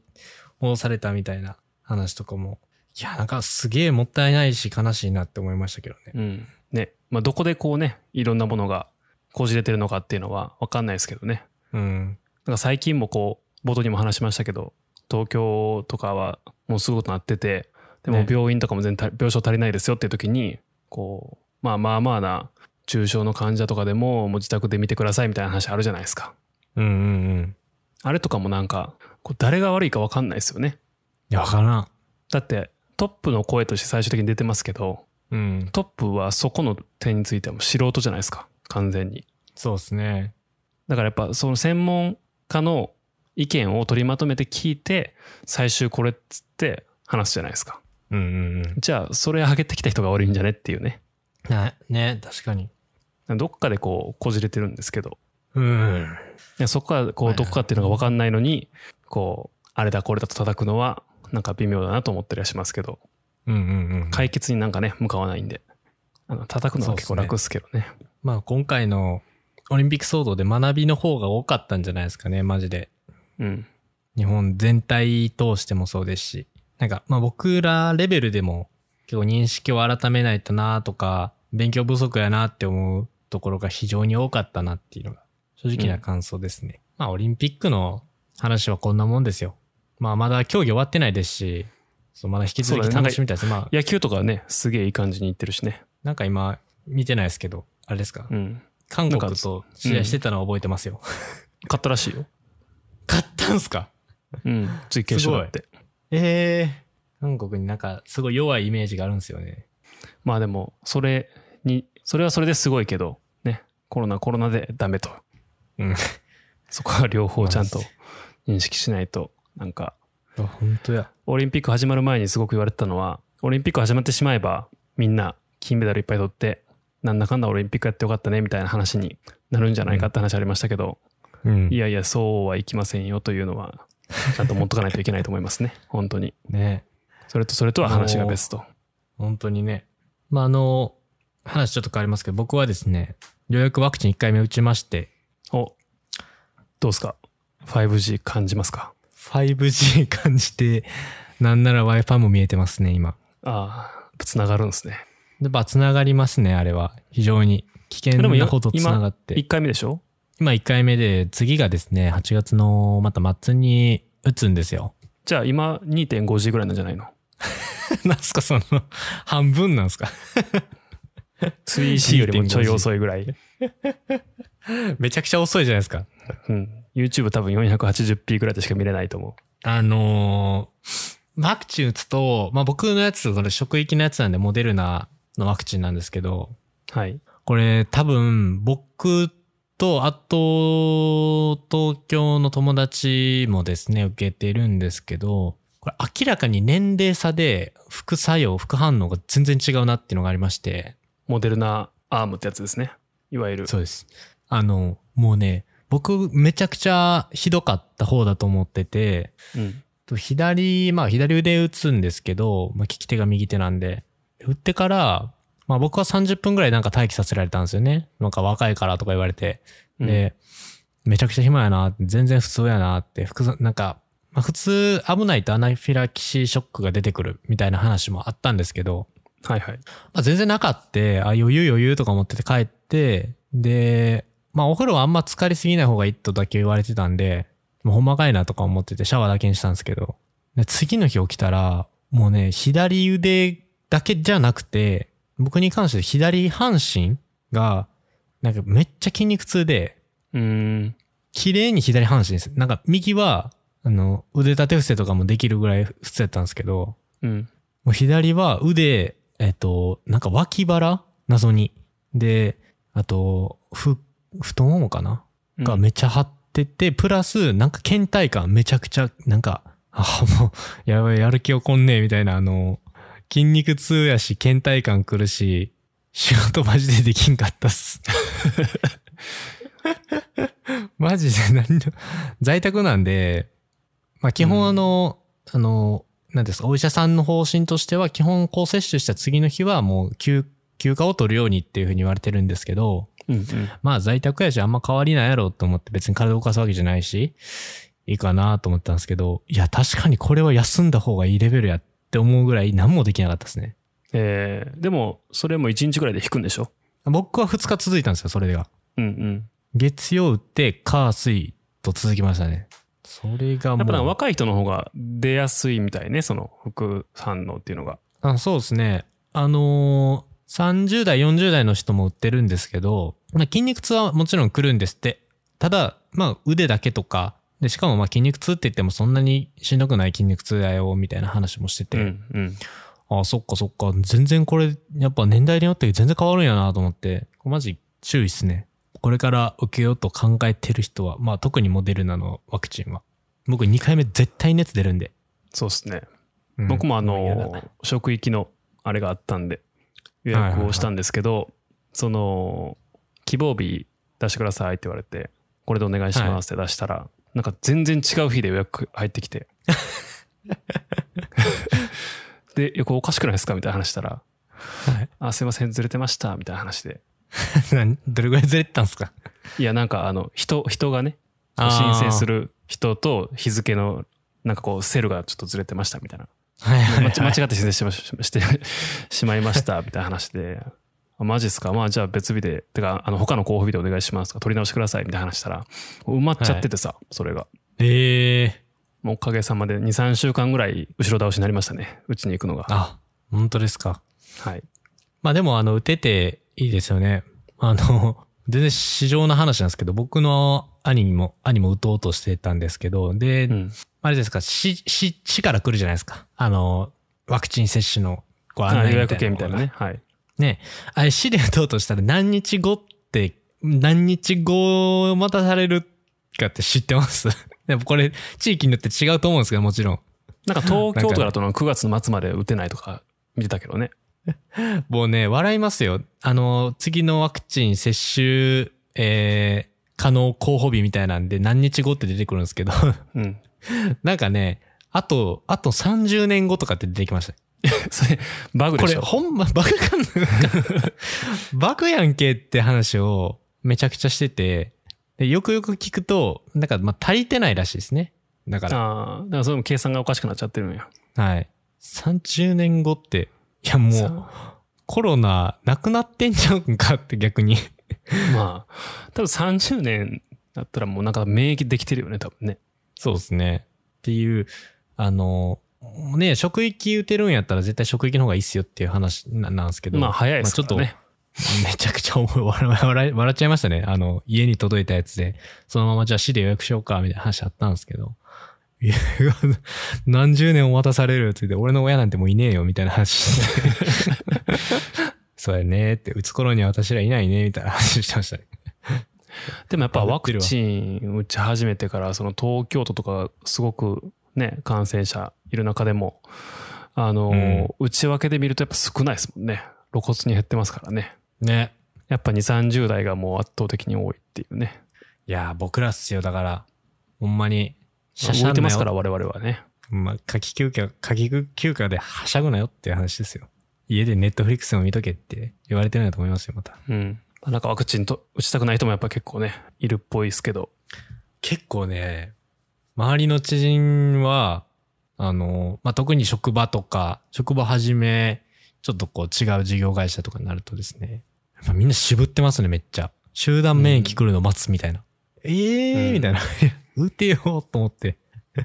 [SPEAKER 3] 戻されたみたいな話とかも、いや、なんかすげえもったいないし悲しいなって思いましたけどね。
[SPEAKER 2] うん。ね。まあ、どこでこうね、いろんなものがこじれてるのかっていうのはわかんないですけどね。
[SPEAKER 3] うん。
[SPEAKER 2] なんか最近もこう、冒頭にも話しましたけど、東京とかはもうすごいことなってて、でも
[SPEAKER 3] ね
[SPEAKER 2] 病院とかも全然病床足りないですよっていう時に、こう、まあまあまあな、重症の患者とかでももう自宅で見てくださいみたいな話あるじゃないですか。
[SPEAKER 3] うんうんうん。
[SPEAKER 2] あれとかもなんか、こう誰が悪いか分かんないですよね。
[SPEAKER 3] いや、わからん。
[SPEAKER 2] だって、トップの声として最終的に出てますけど、
[SPEAKER 3] うん。
[SPEAKER 2] トップはそこの点についてはもう素人じゃないですか、完全に。
[SPEAKER 3] そうですね。
[SPEAKER 2] だからやっぱその専門家の意見を取りまとめて聞いて、最終これっつって話すじゃないですか。
[SPEAKER 3] うんうんうん。
[SPEAKER 2] じゃあ、それ上げてきた人が悪いんじゃねっていうね。
[SPEAKER 3] なね、確かに。
[SPEAKER 2] どっかでこう、こじれてるんですけど、
[SPEAKER 3] うん。
[SPEAKER 2] いやそこはこ
[SPEAKER 3] は
[SPEAKER 2] う
[SPEAKER 3] いはい
[SPEAKER 2] どこかっていうのが分かんないのにこうあれだこれだと叩くのはなんか微妙だなと思ったりはしますけど
[SPEAKER 3] うんうんうん。
[SPEAKER 2] 解決になんかね向かわないんであの叩くのは結構楽っすけどね
[SPEAKER 3] まあ今回のオリンピック騒動で学びの方が多かったんじゃないですかね、マジで。
[SPEAKER 2] うん
[SPEAKER 3] 日本全体通してもそうですし。なんか、まあ僕らレベルでも結構認識を改めないとなとか、勉強不足やなって思うところが非常に多かったなっていうのが正直な感想ですね。まあオリンピックの話はこんなもんですよ。まあまだ競技終わってないですし、そうまだ引き続
[SPEAKER 2] そう
[SPEAKER 3] き
[SPEAKER 2] だね
[SPEAKER 3] 楽しみたいです。まあ
[SPEAKER 2] 野球とかねすげえいい感じにいってるしね
[SPEAKER 3] なんか今見てないですけど、あれですか、
[SPEAKER 2] うん
[SPEAKER 3] 韓
[SPEAKER 2] なん
[SPEAKER 3] 国
[SPEAKER 2] か
[SPEAKER 3] と試合してたのは覚えてますよ。
[SPEAKER 2] 勝ったらしいよ
[SPEAKER 3] 買ったんすか
[SPEAKER 2] うんつい決勝だって
[SPEAKER 3] ええ韓国になんかすごい弱いイメージがあるんですよね。
[SPEAKER 2] まあでもそれにそれはそれですごいけどねコロナコロナでダメと
[SPEAKER 3] うん。
[SPEAKER 2] そこは両方ちゃんと
[SPEAKER 3] ま
[SPEAKER 2] 認識しないとなんか
[SPEAKER 3] あ、本当や。
[SPEAKER 2] オリンピック始まる前にすごく言われてたのは、オリンピック始まってしまえば、みんな金メダルいっぱい取って、なんだかんだオリンピックやってよかったねみたいな話になるんじゃないかって話ありましたけど、
[SPEAKER 3] うん
[SPEAKER 2] いやいや、そうはいきませんよというのは、ちゃんと持っとかないといけないと思いますね、 本当に。
[SPEAKER 3] ね
[SPEAKER 2] それとそれとは話が別と。
[SPEAKER 3] 本当にね。まあ、あの、話ちょっと変わりますけど、僕はですね、ようやくワクチン1回目打ちまして、
[SPEAKER 2] おどうですか ?5G 感じますか
[SPEAKER 3] 5G 感じて、なんなら Wi-Fi も見えてますね、今。
[SPEAKER 2] ああ、つながるんですね。
[SPEAKER 3] やっぱ繋がりますね、あれは。非常に危険
[SPEAKER 2] でも
[SPEAKER 3] な
[SPEAKER 2] よ
[SPEAKER 3] ほど繋がって。
[SPEAKER 2] 1回目でしょ
[SPEAKER 3] 今1回目で、次がですね、8月のまた末に打つんですよ。
[SPEAKER 2] じゃあ今 2.5G ぐらいなんじゃないの
[SPEAKER 3] なんすかその、半分なんすか
[SPEAKER 2] 3C よりもちょい遅いぐらい。
[SPEAKER 3] めちゃくちゃ遅いじゃないですか。
[SPEAKER 2] うん。YouTube 多分 480p ぐらいでしか見れないと思
[SPEAKER 3] あのーワクチン打つと、まあ、僕のやつ、これ職域のやつなんで、モデルナのワクチンなんですけど、
[SPEAKER 2] う。はい。
[SPEAKER 3] これ多分僕と、あと、東京の友達もですね、受けてるんですけど、これ明らかに年齢差で副作用、副反応が全然違うなっていうのがありまして、
[SPEAKER 2] モデルナアームってやつですね。いわゆる。
[SPEAKER 3] そうです。あの、もうね、僕めちゃくちゃひどかった方だと思ってて、
[SPEAKER 2] うん。
[SPEAKER 3] と左、まあ左腕打つんですけど、まあ利き手が右手なんで、打ってから、まあ僕は30分ぐらいなんか待機させられたんですよね。なんか若いからとか言われて。で、めちゃくちゃ暇やな、全然普通やなって、複雑なんか、まあ普通危ないとアナフィラキシーショックが出てくるみたいな話もあったんですけど、
[SPEAKER 2] うん、はいはい。
[SPEAKER 3] まあ、全然なかって、あ、余裕余裕とか思ってて帰って、で、まあお風呂はあんま浸かりすぎない方がいいとだけ言われてたんで、もうほんまかいなとか思っててシャワーだけにしたんですけど、で次の日起きたら、もうね、左腕だけじゃなくて、僕に関して左半身が、なんかめっちゃ筋肉痛で、
[SPEAKER 2] うーん。
[SPEAKER 3] 綺麗に左半身です。なんか右は、あの、腕立て伏せとかもできるぐらい普通やったんですけど、
[SPEAKER 2] うん。
[SPEAKER 3] もう左は腕、えっと、なんか脇腹謎に。で、あと、ふ、太ももかな
[SPEAKER 2] うん
[SPEAKER 3] がめっちゃ張ってて、プラス、なんか倦怠感めちゃくちゃ、なんか、あ、もう、やばい、やる気起こんねえ、みたいな、あの、筋肉痛やし、倦怠感来るし、仕事マジでできんかった っす。マジで何の、在宅なんで、まあ基
[SPEAKER 2] うん
[SPEAKER 3] 本あの、あの、なんですか、お医者さんの方針としては、基本こう接種した次の日はもう休、休暇を取るようにっていうふうに言われてるんですけど、
[SPEAKER 2] うんうん
[SPEAKER 3] まあ在宅やしあんま変わりないやろうと思って別に体を動かすわけじゃないし、いいかなと思ったんですけど、いや確かにこれは休んだ方がいいレベルやって思うぐらい何もできなかったですね。
[SPEAKER 2] えーでも、それも1日ぐらいで引くんでしょ
[SPEAKER 3] 僕は2日続いたんですよ、それが。
[SPEAKER 2] うん
[SPEAKER 3] 月曜打って、火水と続きましたね。それが
[SPEAKER 2] うん。や
[SPEAKER 3] も
[SPEAKER 2] っぱなんか
[SPEAKER 3] う。
[SPEAKER 2] 若い人の方が出やすいみたいね、その副反応っていうのが。
[SPEAKER 3] あそうですね。あのー30代、40代の人も売ってるんですけど、まあ、筋肉痛はもちろん来るんですって。ただ、まあ腕だけとか、で、しかもまあ筋肉痛って言ってもそんなにしんどくない筋肉痛だよ、みたいな話もしてて、
[SPEAKER 2] うんうん。
[SPEAKER 3] ああ、そっかそっか、全然これ、やっぱ年代によって全然変わるんやなと思って、これマジ注意っすね。これから受けようと考えてる人は、まあ特にモデルナのワクチンは。僕2回目絶対熱出るんで。
[SPEAKER 2] そうですね。
[SPEAKER 3] うん
[SPEAKER 2] 僕もあ
[SPEAKER 3] もう嫌だ
[SPEAKER 2] の職域のあれがあったんで予約をしたんですけどその希望日出してくださいって言われてこれでお願いしますって出したらなんか全然違う日で予約入ってき てで「えこれおかしくないですか?」みたいな話したら
[SPEAKER 3] はい
[SPEAKER 2] 「あすいませんずれてました」みたいな話で
[SPEAKER 3] なんどれぐらいずれてたんですか
[SPEAKER 2] いやなんかあの人人がね申請する人と日付のなんかこうセルがちょっとずれてましたみたいな
[SPEAKER 3] はいは
[SPEAKER 2] 間
[SPEAKER 3] いは
[SPEAKER 2] 違
[SPEAKER 3] い、
[SPEAKER 2] 間違って申請してまししてしまいましたみたいな話で、あマジっすか、まあじゃあ別日で、てか、あの他の候補日でお願いしますとか、取り直してくださいみたいな話したら、埋まっちゃっててさ、それが。
[SPEAKER 3] ええ
[SPEAKER 2] もうおかげさまで2、3週間ぐらい後ろ倒しになりましたね、うちに行くのが。
[SPEAKER 3] あ、本当ですか。
[SPEAKER 2] はい。
[SPEAKER 3] まあでも、あの、打てていいですよね。あの、 全然市場の話なんですけど、僕の兄にも、兄も打とうとしてたんですけど、で、
[SPEAKER 2] うん。
[SPEAKER 3] あれですか、市、市、市から来るじゃないですか。あの、ワクチン接種のご案
[SPEAKER 2] あ
[SPEAKER 3] 内
[SPEAKER 2] 予
[SPEAKER 3] み
[SPEAKER 2] 約
[SPEAKER 3] たい
[SPEAKER 2] 券
[SPEAKER 3] な
[SPEAKER 2] み
[SPEAKER 3] のが。
[SPEAKER 2] たいなね。はい。
[SPEAKER 3] ね。あれ、市で打とうとしたら何日後って、何日後待たされるかって知ってます でもこれ、地域によって違うと思うんですけど、もちろん。
[SPEAKER 2] なんか東京とかだとなんか9月の末まで打てないとか見てたけどね。
[SPEAKER 3] もうね、笑いますよ。あの、次のワクチン接種、えー、可能候補日みたいなんで何日後って出てくるんですけど、
[SPEAKER 2] うん。
[SPEAKER 3] なんかね、あと、あと30年後とかって出てきました。
[SPEAKER 2] それ、バグ
[SPEAKER 3] こ
[SPEAKER 2] でし
[SPEAKER 3] れ
[SPEAKER 2] ょ。
[SPEAKER 3] ほんま、バグかんバグやんけって話をめちゃくちゃしてて、でよくよく聞くと、なんかまあ足りてないらしいですね。だから、
[SPEAKER 2] ああ、だからそれも計算がおかしくなっちゃってるのよ。
[SPEAKER 3] はい。30年後って、いやもう
[SPEAKER 2] さ
[SPEAKER 3] コロナなくなってんじゃうんかって逆に。
[SPEAKER 2] まあ、多分30年だったらもうなんか免疫できてるよね、多分ね。
[SPEAKER 3] そうですね。っていう、あの、ね、職域打てるんやったら絶対職域の方がいいっすよっていう話ななんですけど。
[SPEAKER 2] まあ早いですからね。
[SPEAKER 3] めちゃくちゃ思い笑い笑い笑っちゃいましたね。あの、家に届いたやつで、そのままじゃあ市で予約しようか、みたいな話あったんですけど。いや、 何十年お待たされるって言って、俺の親なんてもういねえよ、みたいな話して。 そうやねって、打つ頃には私らいないね、みたいな話してましたね。
[SPEAKER 2] でもやっぱ
[SPEAKER 3] 被
[SPEAKER 2] ワ
[SPEAKER 3] ってる
[SPEAKER 2] ク
[SPEAKER 3] わ
[SPEAKER 2] チン打ち始めてから、その東京都とかすごくね、感染者いる中でも、あのー、内訳で見るとやっぱ少ないですもんね。露骨に減ってますからね。
[SPEAKER 3] ね。
[SPEAKER 2] やっぱ2、30代がもう圧倒的に多いっていうね。
[SPEAKER 3] いやー、僕らっすよ。だから、ほんまに、し
[SPEAKER 2] ま
[SPEAKER 3] ゃ
[SPEAKER 2] あ
[SPEAKER 3] し
[SPEAKER 2] 動
[SPEAKER 3] ゃん
[SPEAKER 2] い
[SPEAKER 3] な
[SPEAKER 2] て
[SPEAKER 3] よ
[SPEAKER 2] ますから、我々はね。
[SPEAKER 3] まあ、夏季休暇、夏季休暇ではしゃぐなよっていう話ですよ。家でネットフリックスも見とけって言われてるんだと思いますよ、また。
[SPEAKER 2] うん。なんかワクチンと打ちたくない人もやっぱ結構ね、いるっぽいですけど。
[SPEAKER 3] 結構ね、周りの知人は、あの、まあ、特に職場とか、職場はじめ、ちょっとこう違う事業会社とかになるとですね、やっぱみんな渋ってますね、めっちゃ。集団免疫来るの待つみたいな。ええ
[SPEAKER 2] う
[SPEAKER 3] ー、
[SPEAKER 2] ん
[SPEAKER 3] みたいな。 打てよと思って。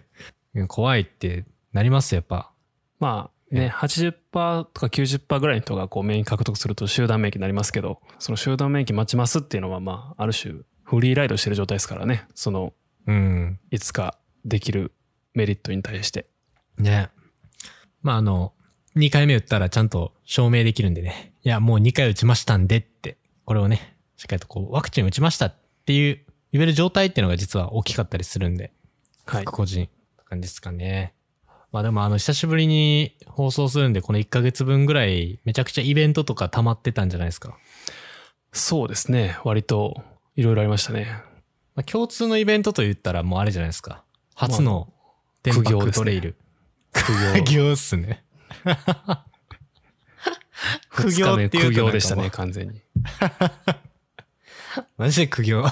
[SPEAKER 3] 怖いってなりますよ、やっぱ。
[SPEAKER 2] まあ
[SPEAKER 3] ええ
[SPEAKER 2] ね、80%とか90%ぐらいの人がこう免疫獲得すると集団免疫になりますけど、その集団免疫待ちますっていうのはまあ、ある種フリーライドしてる状態ですからね。その、
[SPEAKER 3] うん。
[SPEAKER 2] いつかできるメリットに対して。
[SPEAKER 3] ね。まあ、あの、2回目打ったらちゃんと証明できるんでね。いや、もう2回打ちましたんでって、これをね、しっかりとこう、ワクチン打ちましたっていう、いわゆる状態っていうのが実は大きかったりするんで、
[SPEAKER 2] はい。
[SPEAKER 3] 個人、感じですかね。まあでもあの、久しぶりに放送するんで、この1ヶ月分ぐらい、めちゃくちゃイベントとか溜まってたんじゃないですか。
[SPEAKER 2] そうですね。割といろいろありましたね。
[SPEAKER 3] まあ、共通のイベントと言ったらもうあれじゃないですか。初の電
[SPEAKER 2] 苦行
[SPEAKER 3] 波
[SPEAKER 2] ですね
[SPEAKER 3] トレイル。
[SPEAKER 2] 苦
[SPEAKER 3] 苦
[SPEAKER 2] 行。
[SPEAKER 3] 行っすね。 苦
[SPEAKER 2] 二日
[SPEAKER 3] 行
[SPEAKER 2] 目
[SPEAKER 3] っていうと
[SPEAKER 2] 苦行
[SPEAKER 3] なんかもう
[SPEAKER 2] でしたね、完全に。
[SPEAKER 3] マジで苦行。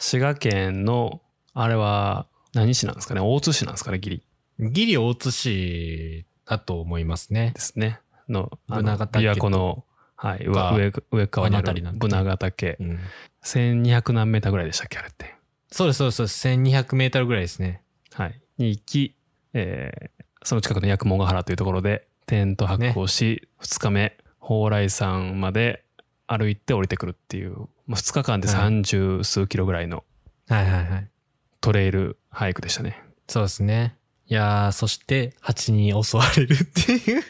[SPEAKER 2] 滋賀県の、あれは何市なんですかね大津市なんですかねギリ
[SPEAKER 3] ギリ大津市だと思いますね。
[SPEAKER 2] ですね。の、あ
[SPEAKER 3] ぶな
[SPEAKER 2] の
[SPEAKER 3] がたけ
[SPEAKER 2] 琵琶湖の、はい、上
[SPEAKER 3] が
[SPEAKER 2] 上上側にあ
[SPEAKER 3] あの辺り
[SPEAKER 2] る
[SPEAKER 3] なんで
[SPEAKER 2] ぶながたけ。
[SPEAKER 3] うん
[SPEAKER 2] 1200何メーターぐらいでしたっけあれって。
[SPEAKER 3] そうです、そうですそうです。1200メートルぐらいですね。
[SPEAKER 2] はい。に行き、えーその近くの薬門ヶ原というところで、テント発行し、2日目、蓬莱山まで歩いて降りてくるっていう、まあ、2日間で
[SPEAKER 3] はい
[SPEAKER 2] 30数キロぐらいの
[SPEAKER 3] はいはいはい。
[SPEAKER 2] トレイルハイクでしたね。
[SPEAKER 3] そうですね。いやー、そして、蜂に襲われるって いう。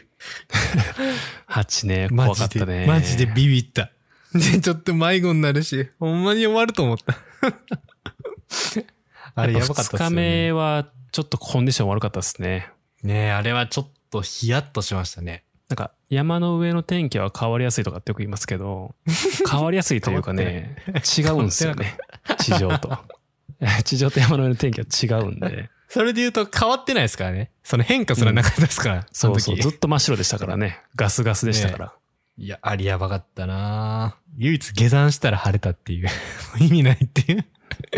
[SPEAKER 2] 8ね、
[SPEAKER 3] マ
[SPEAKER 2] 怖
[SPEAKER 3] ジ
[SPEAKER 2] かっ
[SPEAKER 3] で、
[SPEAKER 2] たね。
[SPEAKER 3] マジでビビった。で、ちょっと迷子になるし、ほんまに終わると思った。 あれやばかったっ
[SPEAKER 2] 2
[SPEAKER 3] すよ
[SPEAKER 2] 日
[SPEAKER 3] ね。
[SPEAKER 2] 目はちょっとコンディション悪かったですね。
[SPEAKER 3] ねえあれはちょっとヒヤッとしましたね。
[SPEAKER 2] なんか山の上の天気は変わりやすいとかってよく言いますけ ど、変わりやすいというかね、違うんですよね。地上と。 地上と山の上の天気は違うんで。
[SPEAKER 3] それで言うと変わってないですからね。その変化すらなかったですから、そ
[SPEAKER 2] そ
[SPEAKER 3] の
[SPEAKER 2] う
[SPEAKER 3] 時。
[SPEAKER 2] そう、ずっと真っ白でしたからね。ガスガスでしたから。
[SPEAKER 3] いや、ありやばかったなぁ唯一下山したら晴れたっていう。 意味ないっていう。
[SPEAKER 2] い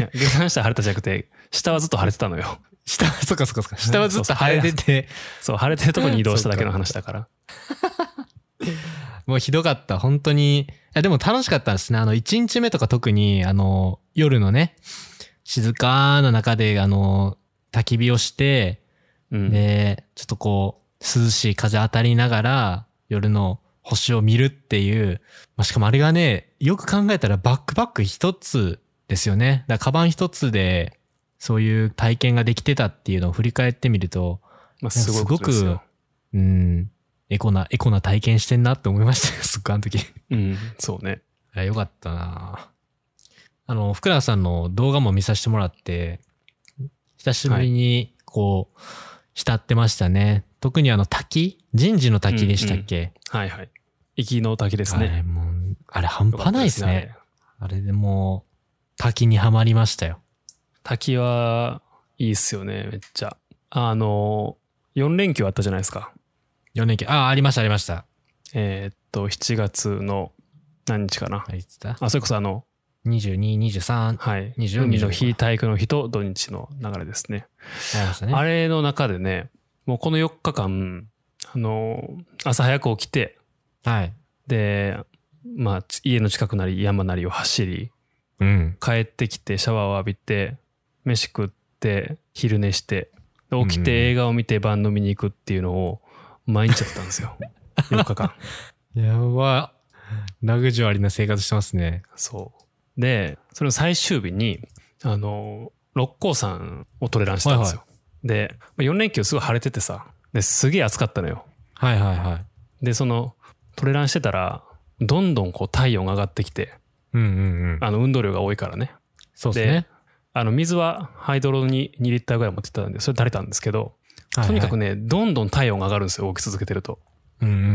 [SPEAKER 2] や下山したら晴れたじゃなくて、下はずっと晴れてたのよ。
[SPEAKER 3] 下は、そっかそっかそっか。下はずっと晴れてて、
[SPEAKER 2] そう、晴れてるとこに移動しただけの話だ から。
[SPEAKER 3] もうひどかった。本当に。いや、でも楽しかったですね。あの、1日目とか特に、あの、夜のね、静かな中で、あの、焚き火をして、
[SPEAKER 2] うん。
[SPEAKER 3] で、ちょっとこう、涼しい風当たりながら、夜の星を見るっていう、まあ、しかもあれがね、よく考えたらバックパック一つですよね。だからカバン一つで、そういう体験ができてたっていうのを振り返ってみると、
[SPEAKER 2] まあ、すごいことですよ。
[SPEAKER 3] うん、エコな、エコな体験してんなって思いましたよ、すっごいあの時。い
[SPEAKER 2] うん、そうね。
[SPEAKER 3] や、よかったなあの、福永さんの動画も見させてもらって、久しぶりに、こう、浸ってましたね。特にあの滝人事の滝でしたっけ、
[SPEAKER 2] はいはい。息の滝です
[SPEAKER 3] あれ
[SPEAKER 2] ね。
[SPEAKER 3] もう、あれ半
[SPEAKER 2] よかった
[SPEAKER 3] 端ないですね。。あれでもう、滝にはまりましたよ。
[SPEAKER 2] 滝はいいっすよね、めっちゃ。あの、4連休あったじゃないですか。
[SPEAKER 3] 4年間、ああ、ありました、ありました。
[SPEAKER 2] えーっと、7月の何日かな。
[SPEAKER 3] あいつだ
[SPEAKER 2] あ、それこそあの、
[SPEAKER 3] 22、23、
[SPEAKER 2] はい。
[SPEAKER 3] 24
[SPEAKER 2] 海の日、体育の日と土日の流れですね。
[SPEAKER 3] ありましたね。
[SPEAKER 2] あれの中でね、もうこの4日間、あの、朝早く起きて、
[SPEAKER 3] はい。
[SPEAKER 2] で、まあ、ち家の近くなり山なりを走り、
[SPEAKER 3] うん。
[SPEAKER 2] 帰ってきてシャワーを浴びて、飯食って、昼寝して、で起き
[SPEAKER 3] うん
[SPEAKER 2] て映画を見て晩飲みに行くっていうのを毎日やってたん ですよ。4日間。
[SPEAKER 3] やば。ラグジュアリーな生活してますね。
[SPEAKER 2] そう。で、それの最終日に、あの、六甲山をトレランしたんですよ。で、4連休すごい晴れててさ、ですげえ暑かったのよ。
[SPEAKER 3] はいはいはい。
[SPEAKER 2] で、その、トレランしてたら、どんどんこう体温が上がってきて、
[SPEAKER 3] うんうんうん。
[SPEAKER 2] あの、運動量が多いからね。
[SPEAKER 3] そうですね。
[SPEAKER 2] あの水はハイドロに2リッターぐらい持ってたんでそれ垂れたんですけど、とにかく
[SPEAKER 3] ね。
[SPEAKER 2] ねどんどん体温が上がるんですよ動き続けてると
[SPEAKER 3] うんうんうんう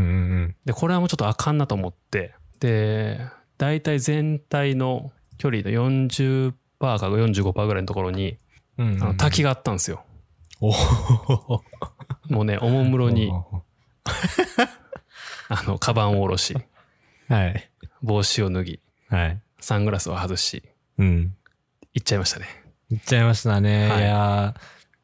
[SPEAKER 3] ん。
[SPEAKER 2] でこれはもうちょっとあかんなと思ってで大体全体の距離の40%か45%ぐらいのところに
[SPEAKER 3] うんうんうん
[SPEAKER 2] あの滝があったんですよ、
[SPEAKER 3] おお
[SPEAKER 2] もうねおもむろに
[SPEAKER 3] は
[SPEAKER 2] あのカバンを下ろし
[SPEAKER 3] い。
[SPEAKER 2] 帽子を脱ぎ
[SPEAKER 3] はい。
[SPEAKER 2] サングラスを外し
[SPEAKER 3] うん。
[SPEAKER 2] 行っちゃいましたね
[SPEAKER 3] いっちゃいましたね。
[SPEAKER 2] はい
[SPEAKER 3] い、や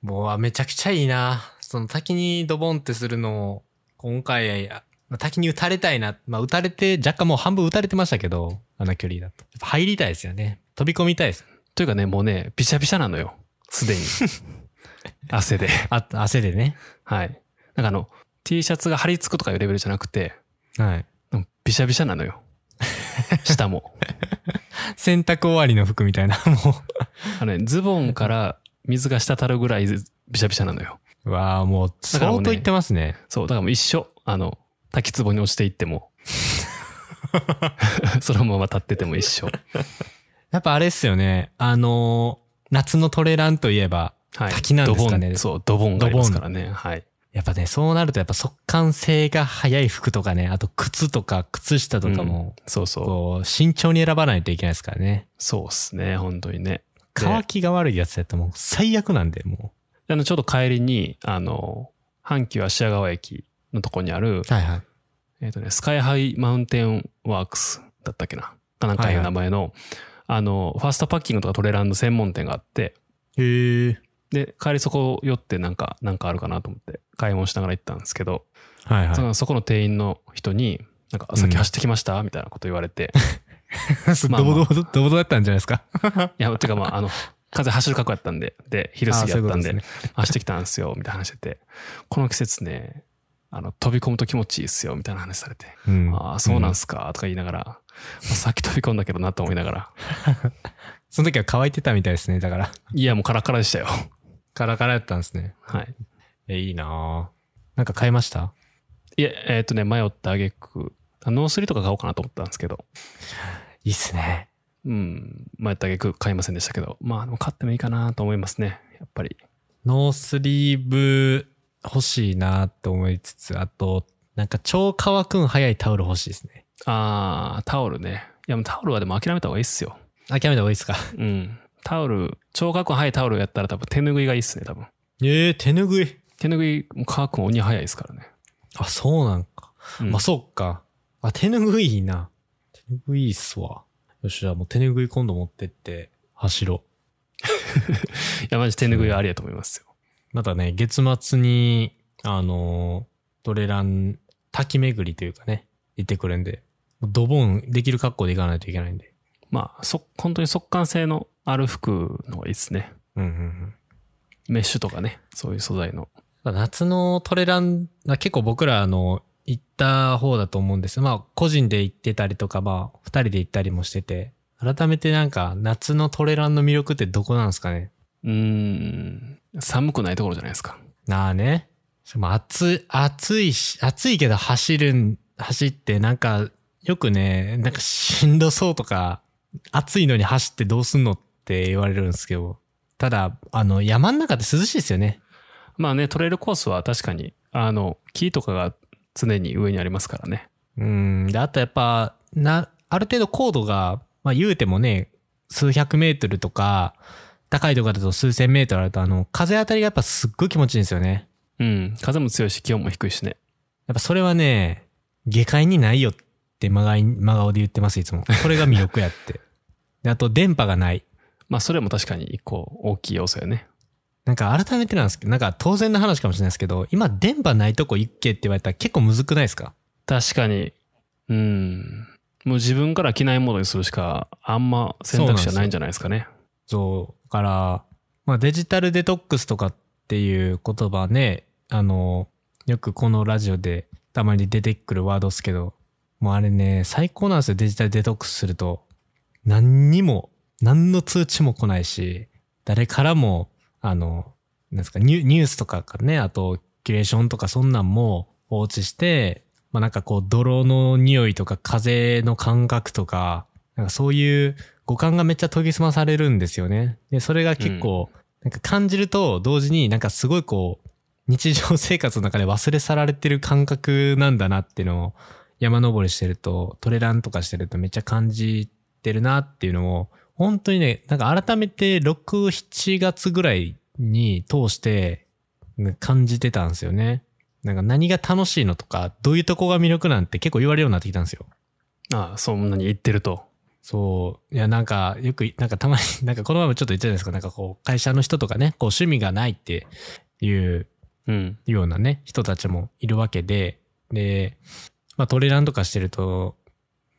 [SPEAKER 3] ーもうあめちゃくちゃいいな。その滝にドボンってするのを、今回、あ滝に打たれたいな。まあ打たれて、若干もう半分打たれてましたけど、あの距離だと。やっぱ入りたいですよね。飛び込みたいです。
[SPEAKER 2] というかねもうねびしゃびしゃなのよす でに汗で
[SPEAKER 3] あ、汗でね。
[SPEAKER 2] はいなんかあの T シャツが張り付くとかいうレベルじゃなくて
[SPEAKER 3] はい。
[SPEAKER 2] うんびしゃびしゃなのよ下も
[SPEAKER 3] 洗濯終わりの服みたいな、 も
[SPEAKER 2] あのねズボンから水が滴るぐらいびしゃびしゃなのよ
[SPEAKER 3] う。うわあもう、
[SPEAKER 2] だからも
[SPEAKER 3] 相
[SPEAKER 2] うね
[SPEAKER 3] 当いってますね。
[SPEAKER 2] そう、だからもう一緒、あの、滝壺に落ちていって も、 そのまま立ってても一緒。
[SPEAKER 3] やっぱあれっすよね。あのー夏のトレランといえば、
[SPEAKER 2] はい。
[SPEAKER 3] 滝なんですかね
[SPEAKER 2] ドボンそう、ドボンがありますからね。はい。
[SPEAKER 3] やっぱね、そうなるとやっぱ速乾性が早い服とかね、あと靴とか靴下とかも、
[SPEAKER 2] そうそう。
[SPEAKER 3] こう、慎重に選ばないといけないですからね。
[SPEAKER 2] そうっすね、本当にね。で
[SPEAKER 3] 乾きが悪いやつやったらもう最悪なんで、も
[SPEAKER 2] あの、ちょうど帰りに、あの、阪急芦屋川駅のとこにある、
[SPEAKER 3] う。はいはい。
[SPEAKER 2] えっ、とね、スカイハイマウンテンワークスだったっけな。かなんかいう名前の、あの、ファーストパッキングとかトレーラーの専門店があって、
[SPEAKER 3] へえ。
[SPEAKER 2] で、帰りそこ寄ってなんか、なんかあるかなと思って、買い物しながら行ったんですけど、
[SPEAKER 3] はい
[SPEAKER 2] そ
[SPEAKER 3] は
[SPEAKER 2] のそこの店員の人に、なんか、
[SPEAKER 3] ん
[SPEAKER 2] さっき走ってきました、みたいなこと言われ て。
[SPEAKER 3] い。
[SPEAKER 2] まあ
[SPEAKER 3] ド
[SPEAKER 2] まあ
[SPEAKER 3] ボドボ、ドボドボだったんじゃないですか。
[SPEAKER 2] いや、てかまあ、あの、風走る格好やったんで、で、昼過ぎやったんで、
[SPEAKER 3] あーそういうことで
[SPEAKER 2] 走ってきたんですよ、みたいな話してて、この季節ね、あの、飛び込むと気持ちいいっすよ、みたいな話されて、
[SPEAKER 3] うん
[SPEAKER 2] ああ、そうなんすか、とか言いながら、まあさっき飛び込んだけどなと思いながら、
[SPEAKER 3] その時は乾いてたみたいですね、だから。
[SPEAKER 2] いや、もうカラカラでしたよ。
[SPEAKER 3] カラカラやったんですね。
[SPEAKER 2] はい。
[SPEAKER 3] え、いいなぁ。なんか買いました
[SPEAKER 2] いや、えっ、とね、迷った挙句あノースリーとか買おうかなと思ったんですけど、
[SPEAKER 3] いいっすね。
[SPEAKER 2] うん、迷った挙句買いませんでしたけど、まあ、でも買ってもいいかなと思いますね、やっぱり。
[SPEAKER 3] ノースリーブ欲しいなと思いつつ、あと、なんか超乾くん早いタオル欲しいですね。
[SPEAKER 2] ああ、タオルね。いや、もうタオルはでも諦めた方がいいっすよ。
[SPEAKER 3] 諦めた方がいいですか
[SPEAKER 2] うん。タオル、超過去早いタオルやったら多分手拭いがいいっすね、多分。
[SPEAKER 3] ええ手ぬぐい。
[SPEAKER 2] 手拭い、もう乾くの鬼早いですからね。
[SPEAKER 3] あ、そうなんか。
[SPEAKER 2] うん
[SPEAKER 3] まあ、そうか。あ、手ぬぐいいいな。手ぬぐいいいっすわ。よし、じゃあもう手ぬぐい今度持ってって走ろう。
[SPEAKER 2] いや、マジ手拭いはありやと思いますよ。
[SPEAKER 3] またね、月末に、あのートレラン、滝巡りというかね、行ってくるんで、ドボンできる格好で行かないといけないんで。
[SPEAKER 2] まあ、そ、本当に速乾性のある服の方がいいっすね。
[SPEAKER 3] うんうんうん。
[SPEAKER 2] メッシュとかね、そういう素材の。
[SPEAKER 3] 夏のトレラン、まあ結構僕らあの、行った方だと思うんです。まあ、個人で行ってたりとか、まあ、二人で行ったりもしてて、改めてなんか、夏のトレランの魅力ってどこなんですかね
[SPEAKER 2] うーん、寒くないところじゃないですか。
[SPEAKER 3] なあね。しかも暑い、暑いし、暑いけど走るん、走ってなんか、よくね、なんかしんどそうとか、暑いのに走ってどうすんのって言われるんですけど、ただ、あの、山の中って涼しいですよね。
[SPEAKER 2] まあね、トレイルコースは確かに、あの、木とかが常に上にありますからね。
[SPEAKER 3] うん。で、あとやっぱ、な、ある程度高度が、まあ言うてもね、数百メートルとか、高いとこだと数千メートルあると、あの、風当たりがやっぱすっごい気持ちいいんですよね。
[SPEAKER 2] うん、風も強いし、気温も低いしね。
[SPEAKER 3] やっぱそれはね、下界にないよって真顔真顔で言ってます、いつも。これが魅力やって。であと、電波がない。
[SPEAKER 2] まあ、それも確かに一個大きい要素やね。
[SPEAKER 3] なんか改めてなんですけど、なんか当然の話かもしれないですけど、今電波ないとこ行けって言われたら結構むずくないですか
[SPEAKER 2] 確かに。うん。もう自分から着ないものにするしか、あんま選択肢はないんじゃないですかね。
[SPEAKER 3] そう。だから、まあデジタルデトックスとかっていう言葉ね、あの、よくこのラジオでたまに出てくるワードっすけど、もうあれね、最高なんですよ、デジタルデトックスすると。何にも、何の通知も来ないし、誰からも、あの、なんですか、ニュニュースとかからね、あと、キュレーションとかそんなんも放置して、まあなんかこう、泥の匂いとか風の感覚とか、なんかそういう五感がめっちゃ研ぎ澄まされるんですよね。で、それが結構、なんか感じると同時になんかすごいこう、日常生活の中で忘れ去られてる感覚なんだなっていうのを山登りしてると、トレランとかしてるとめっちゃ感じてるなっていうのを、本当にね、なんか改めて6、7月ぐらいに通してね感じてたんですよね。なんか何が楽しいのとか、どういうとこが魅力なんて結構言われるようになってきたんですよ。
[SPEAKER 2] ああ、そんなに言ってると。
[SPEAKER 3] そう。いや、なんか、よく、なんかたまに、なんかこの前もちょっと言ってたじゃないですか。なんかこう、会社の人とかね、こう趣味がないっていう
[SPEAKER 2] うん。
[SPEAKER 3] ようなね、人たちもいるわけで、で、まあトレランとかしてると、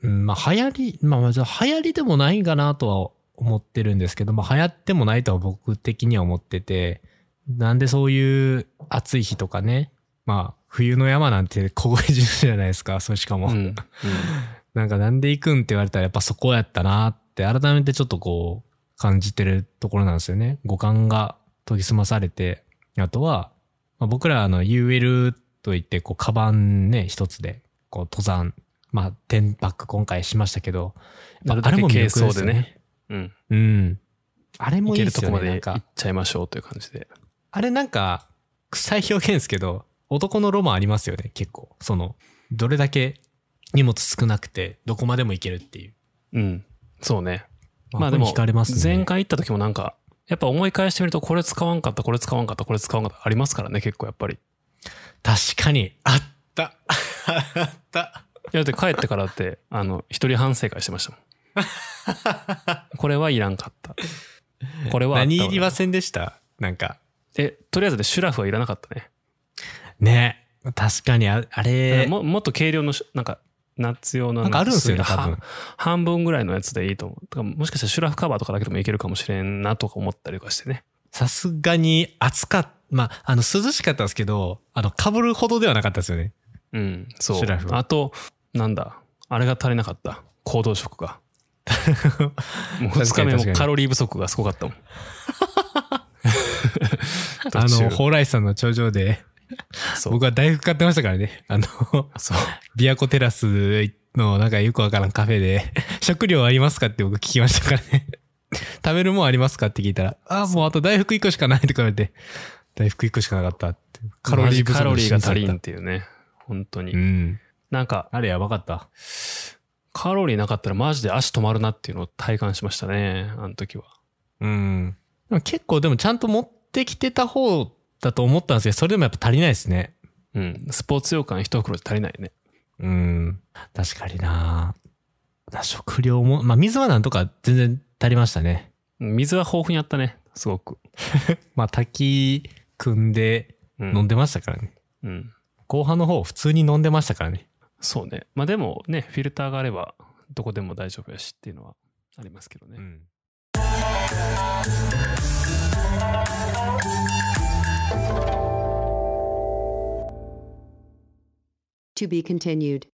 [SPEAKER 3] うん、まあ流行り、まあまあ流行りでもないんかなとは思ってるんですけど、まあ流行ってもないとは僕的には思ってて、なんでそういう暑い日とかね、まあ冬の山なんて凍えるじゃないですか、それしかも。
[SPEAKER 2] うん。うん
[SPEAKER 3] なんかなんで行くんって言われたらやっぱそこやったなって改めてちょっとこう感じてるところなんですよね。五感が研ぎ澄まされて、あとは、まあ、僕らあの UL といってこうカバンね一つでこう登山、まあテンパック今回しましたけど、
[SPEAKER 2] なるだけ
[SPEAKER 3] あれも魅力
[SPEAKER 2] 軽装
[SPEAKER 3] す
[SPEAKER 2] で
[SPEAKER 3] よ
[SPEAKER 2] ね。うん。
[SPEAKER 3] うん。あれも
[SPEAKER 2] 行
[SPEAKER 3] いい
[SPEAKER 2] け
[SPEAKER 3] で
[SPEAKER 2] る
[SPEAKER 3] す
[SPEAKER 2] と
[SPEAKER 3] よ
[SPEAKER 2] こ
[SPEAKER 3] ね。
[SPEAKER 2] まで
[SPEAKER 3] なん
[SPEAKER 2] 行
[SPEAKER 3] か
[SPEAKER 2] っちゃいましょうという感じで。
[SPEAKER 3] あれなんか、臭い表現ですけど、男のロマンありますよね、結構。その、どれだけ荷物少なくて、どこまでも行けるっていう。
[SPEAKER 2] うん。そうね。
[SPEAKER 3] まあでも、惹かれますね。
[SPEAKER 2] 前回行った時もなんか、やっぱ思い返してみると、これ使わんかった、これ使わんかった、これ使わんかった、ありますからね、結構やっぱり。
[SPEAKER 3] 確かに、あった。 あった。
[SPEAKER 2] いや、で、帰ってからって、 あの、一人反省会してましたもん。これはいらんかった。これはあったわ
[SPEAKER 3] 何入りませんでしたなんか。
[SPEAKER 2] え、とりあえずで、シュラフはいらなかったね。
[SPEAKER 3] ね。確かにあ、あれ、
[SPEAKER 2] ももっと軽量のし、なんか、夏用の
[SPEAKER 3] なんかあるんですよね、
[SPEAKER 2] 薄い
[SPEAKER 3] 多分
[SPEAKER 2] は。半分ぐらいのやつでいいと思う。とかもしかしたらシュラフカバーとかだけでもいけるかもしれんなとか思ったりとかしてね。
[SPEAKER 3] さすがに暑かった。まあ、あの、涼しかったですけど、あの、被るほどではなかったですよね。
[SPEAKER 2] うん、そう。
[SPEAKER 3] シュラフは
[SPEAKER 2] あと、なんだ、あれが足りなかった。行動食 が。もう
[SPEAKER 3] 確かに
[SPEAKER 2] 2日目
[SPEAKER 3] 確か
[SPEAKER 2] も
[SPEAKER 3] に
[SPEAKER 2] カロリー不足がすごかった もん。
[SPEAKER 3] あ
[SPEAKER 2] 途中
[SPEAKER 3] の、蓬莱山の頂上 で、
[SPEAKER 2] そう
[SPEAKER 3] 僕は大福買ってましたからね。あの、
[SPEAKER 2] そう。
[SPEAKER 3] 琵琶湖テラスのなんかよくわからんカフェで、 食料ありますかって僕聞きましたからね。 食べるもんありますかって聞いたら、ああ、もうあと大福1個しかないとか言われて、大福1個しかなかったって。カロリー不足
[SPEAKER 2] マジカロリーが足り
[SPEAKER 3] だ
[SPEAKER 2] んっ
[SPEAKER 3] って
[SPEAKER 2] いうね。本当に。
[SPEAKER 3] たうん。
[SPEAKER 2] なんか、
[SPEAKER 3] あれやばかった。
[SPEAKER 2] カロリーなかったらマジで足止まるなっていうのを体感しましたね。あの時は。
[SPEAKER 3] うん。でも結構でもちゃんと持ってきてた方だと思ったんですけど、それでもやっぱ足りないですね。
[SPEAKER 2] うん。スポーツ用感一袋じゃ足りないね。
[SPEAKER 3] うん。確かになな食料も、まあ水はなんとか全然足りましたね。
[SPEAKER 2] 水は豊富にあったね。すごく。
[SPEAKER 3] まあ滝組んで
[SPEAKER 2] うん。
[SPEAKER 3] 飲んでましたからね。
[SPEAKER 2] うん。
[SPEAKER 3] 後半の方普通に飲んでましたからね。
[SPEAKER 2] そうね。まあでもね、フィルターがあればどこでも大丈夫やしっていうのはありますけどね。
[SPEAKER 1] To be continued.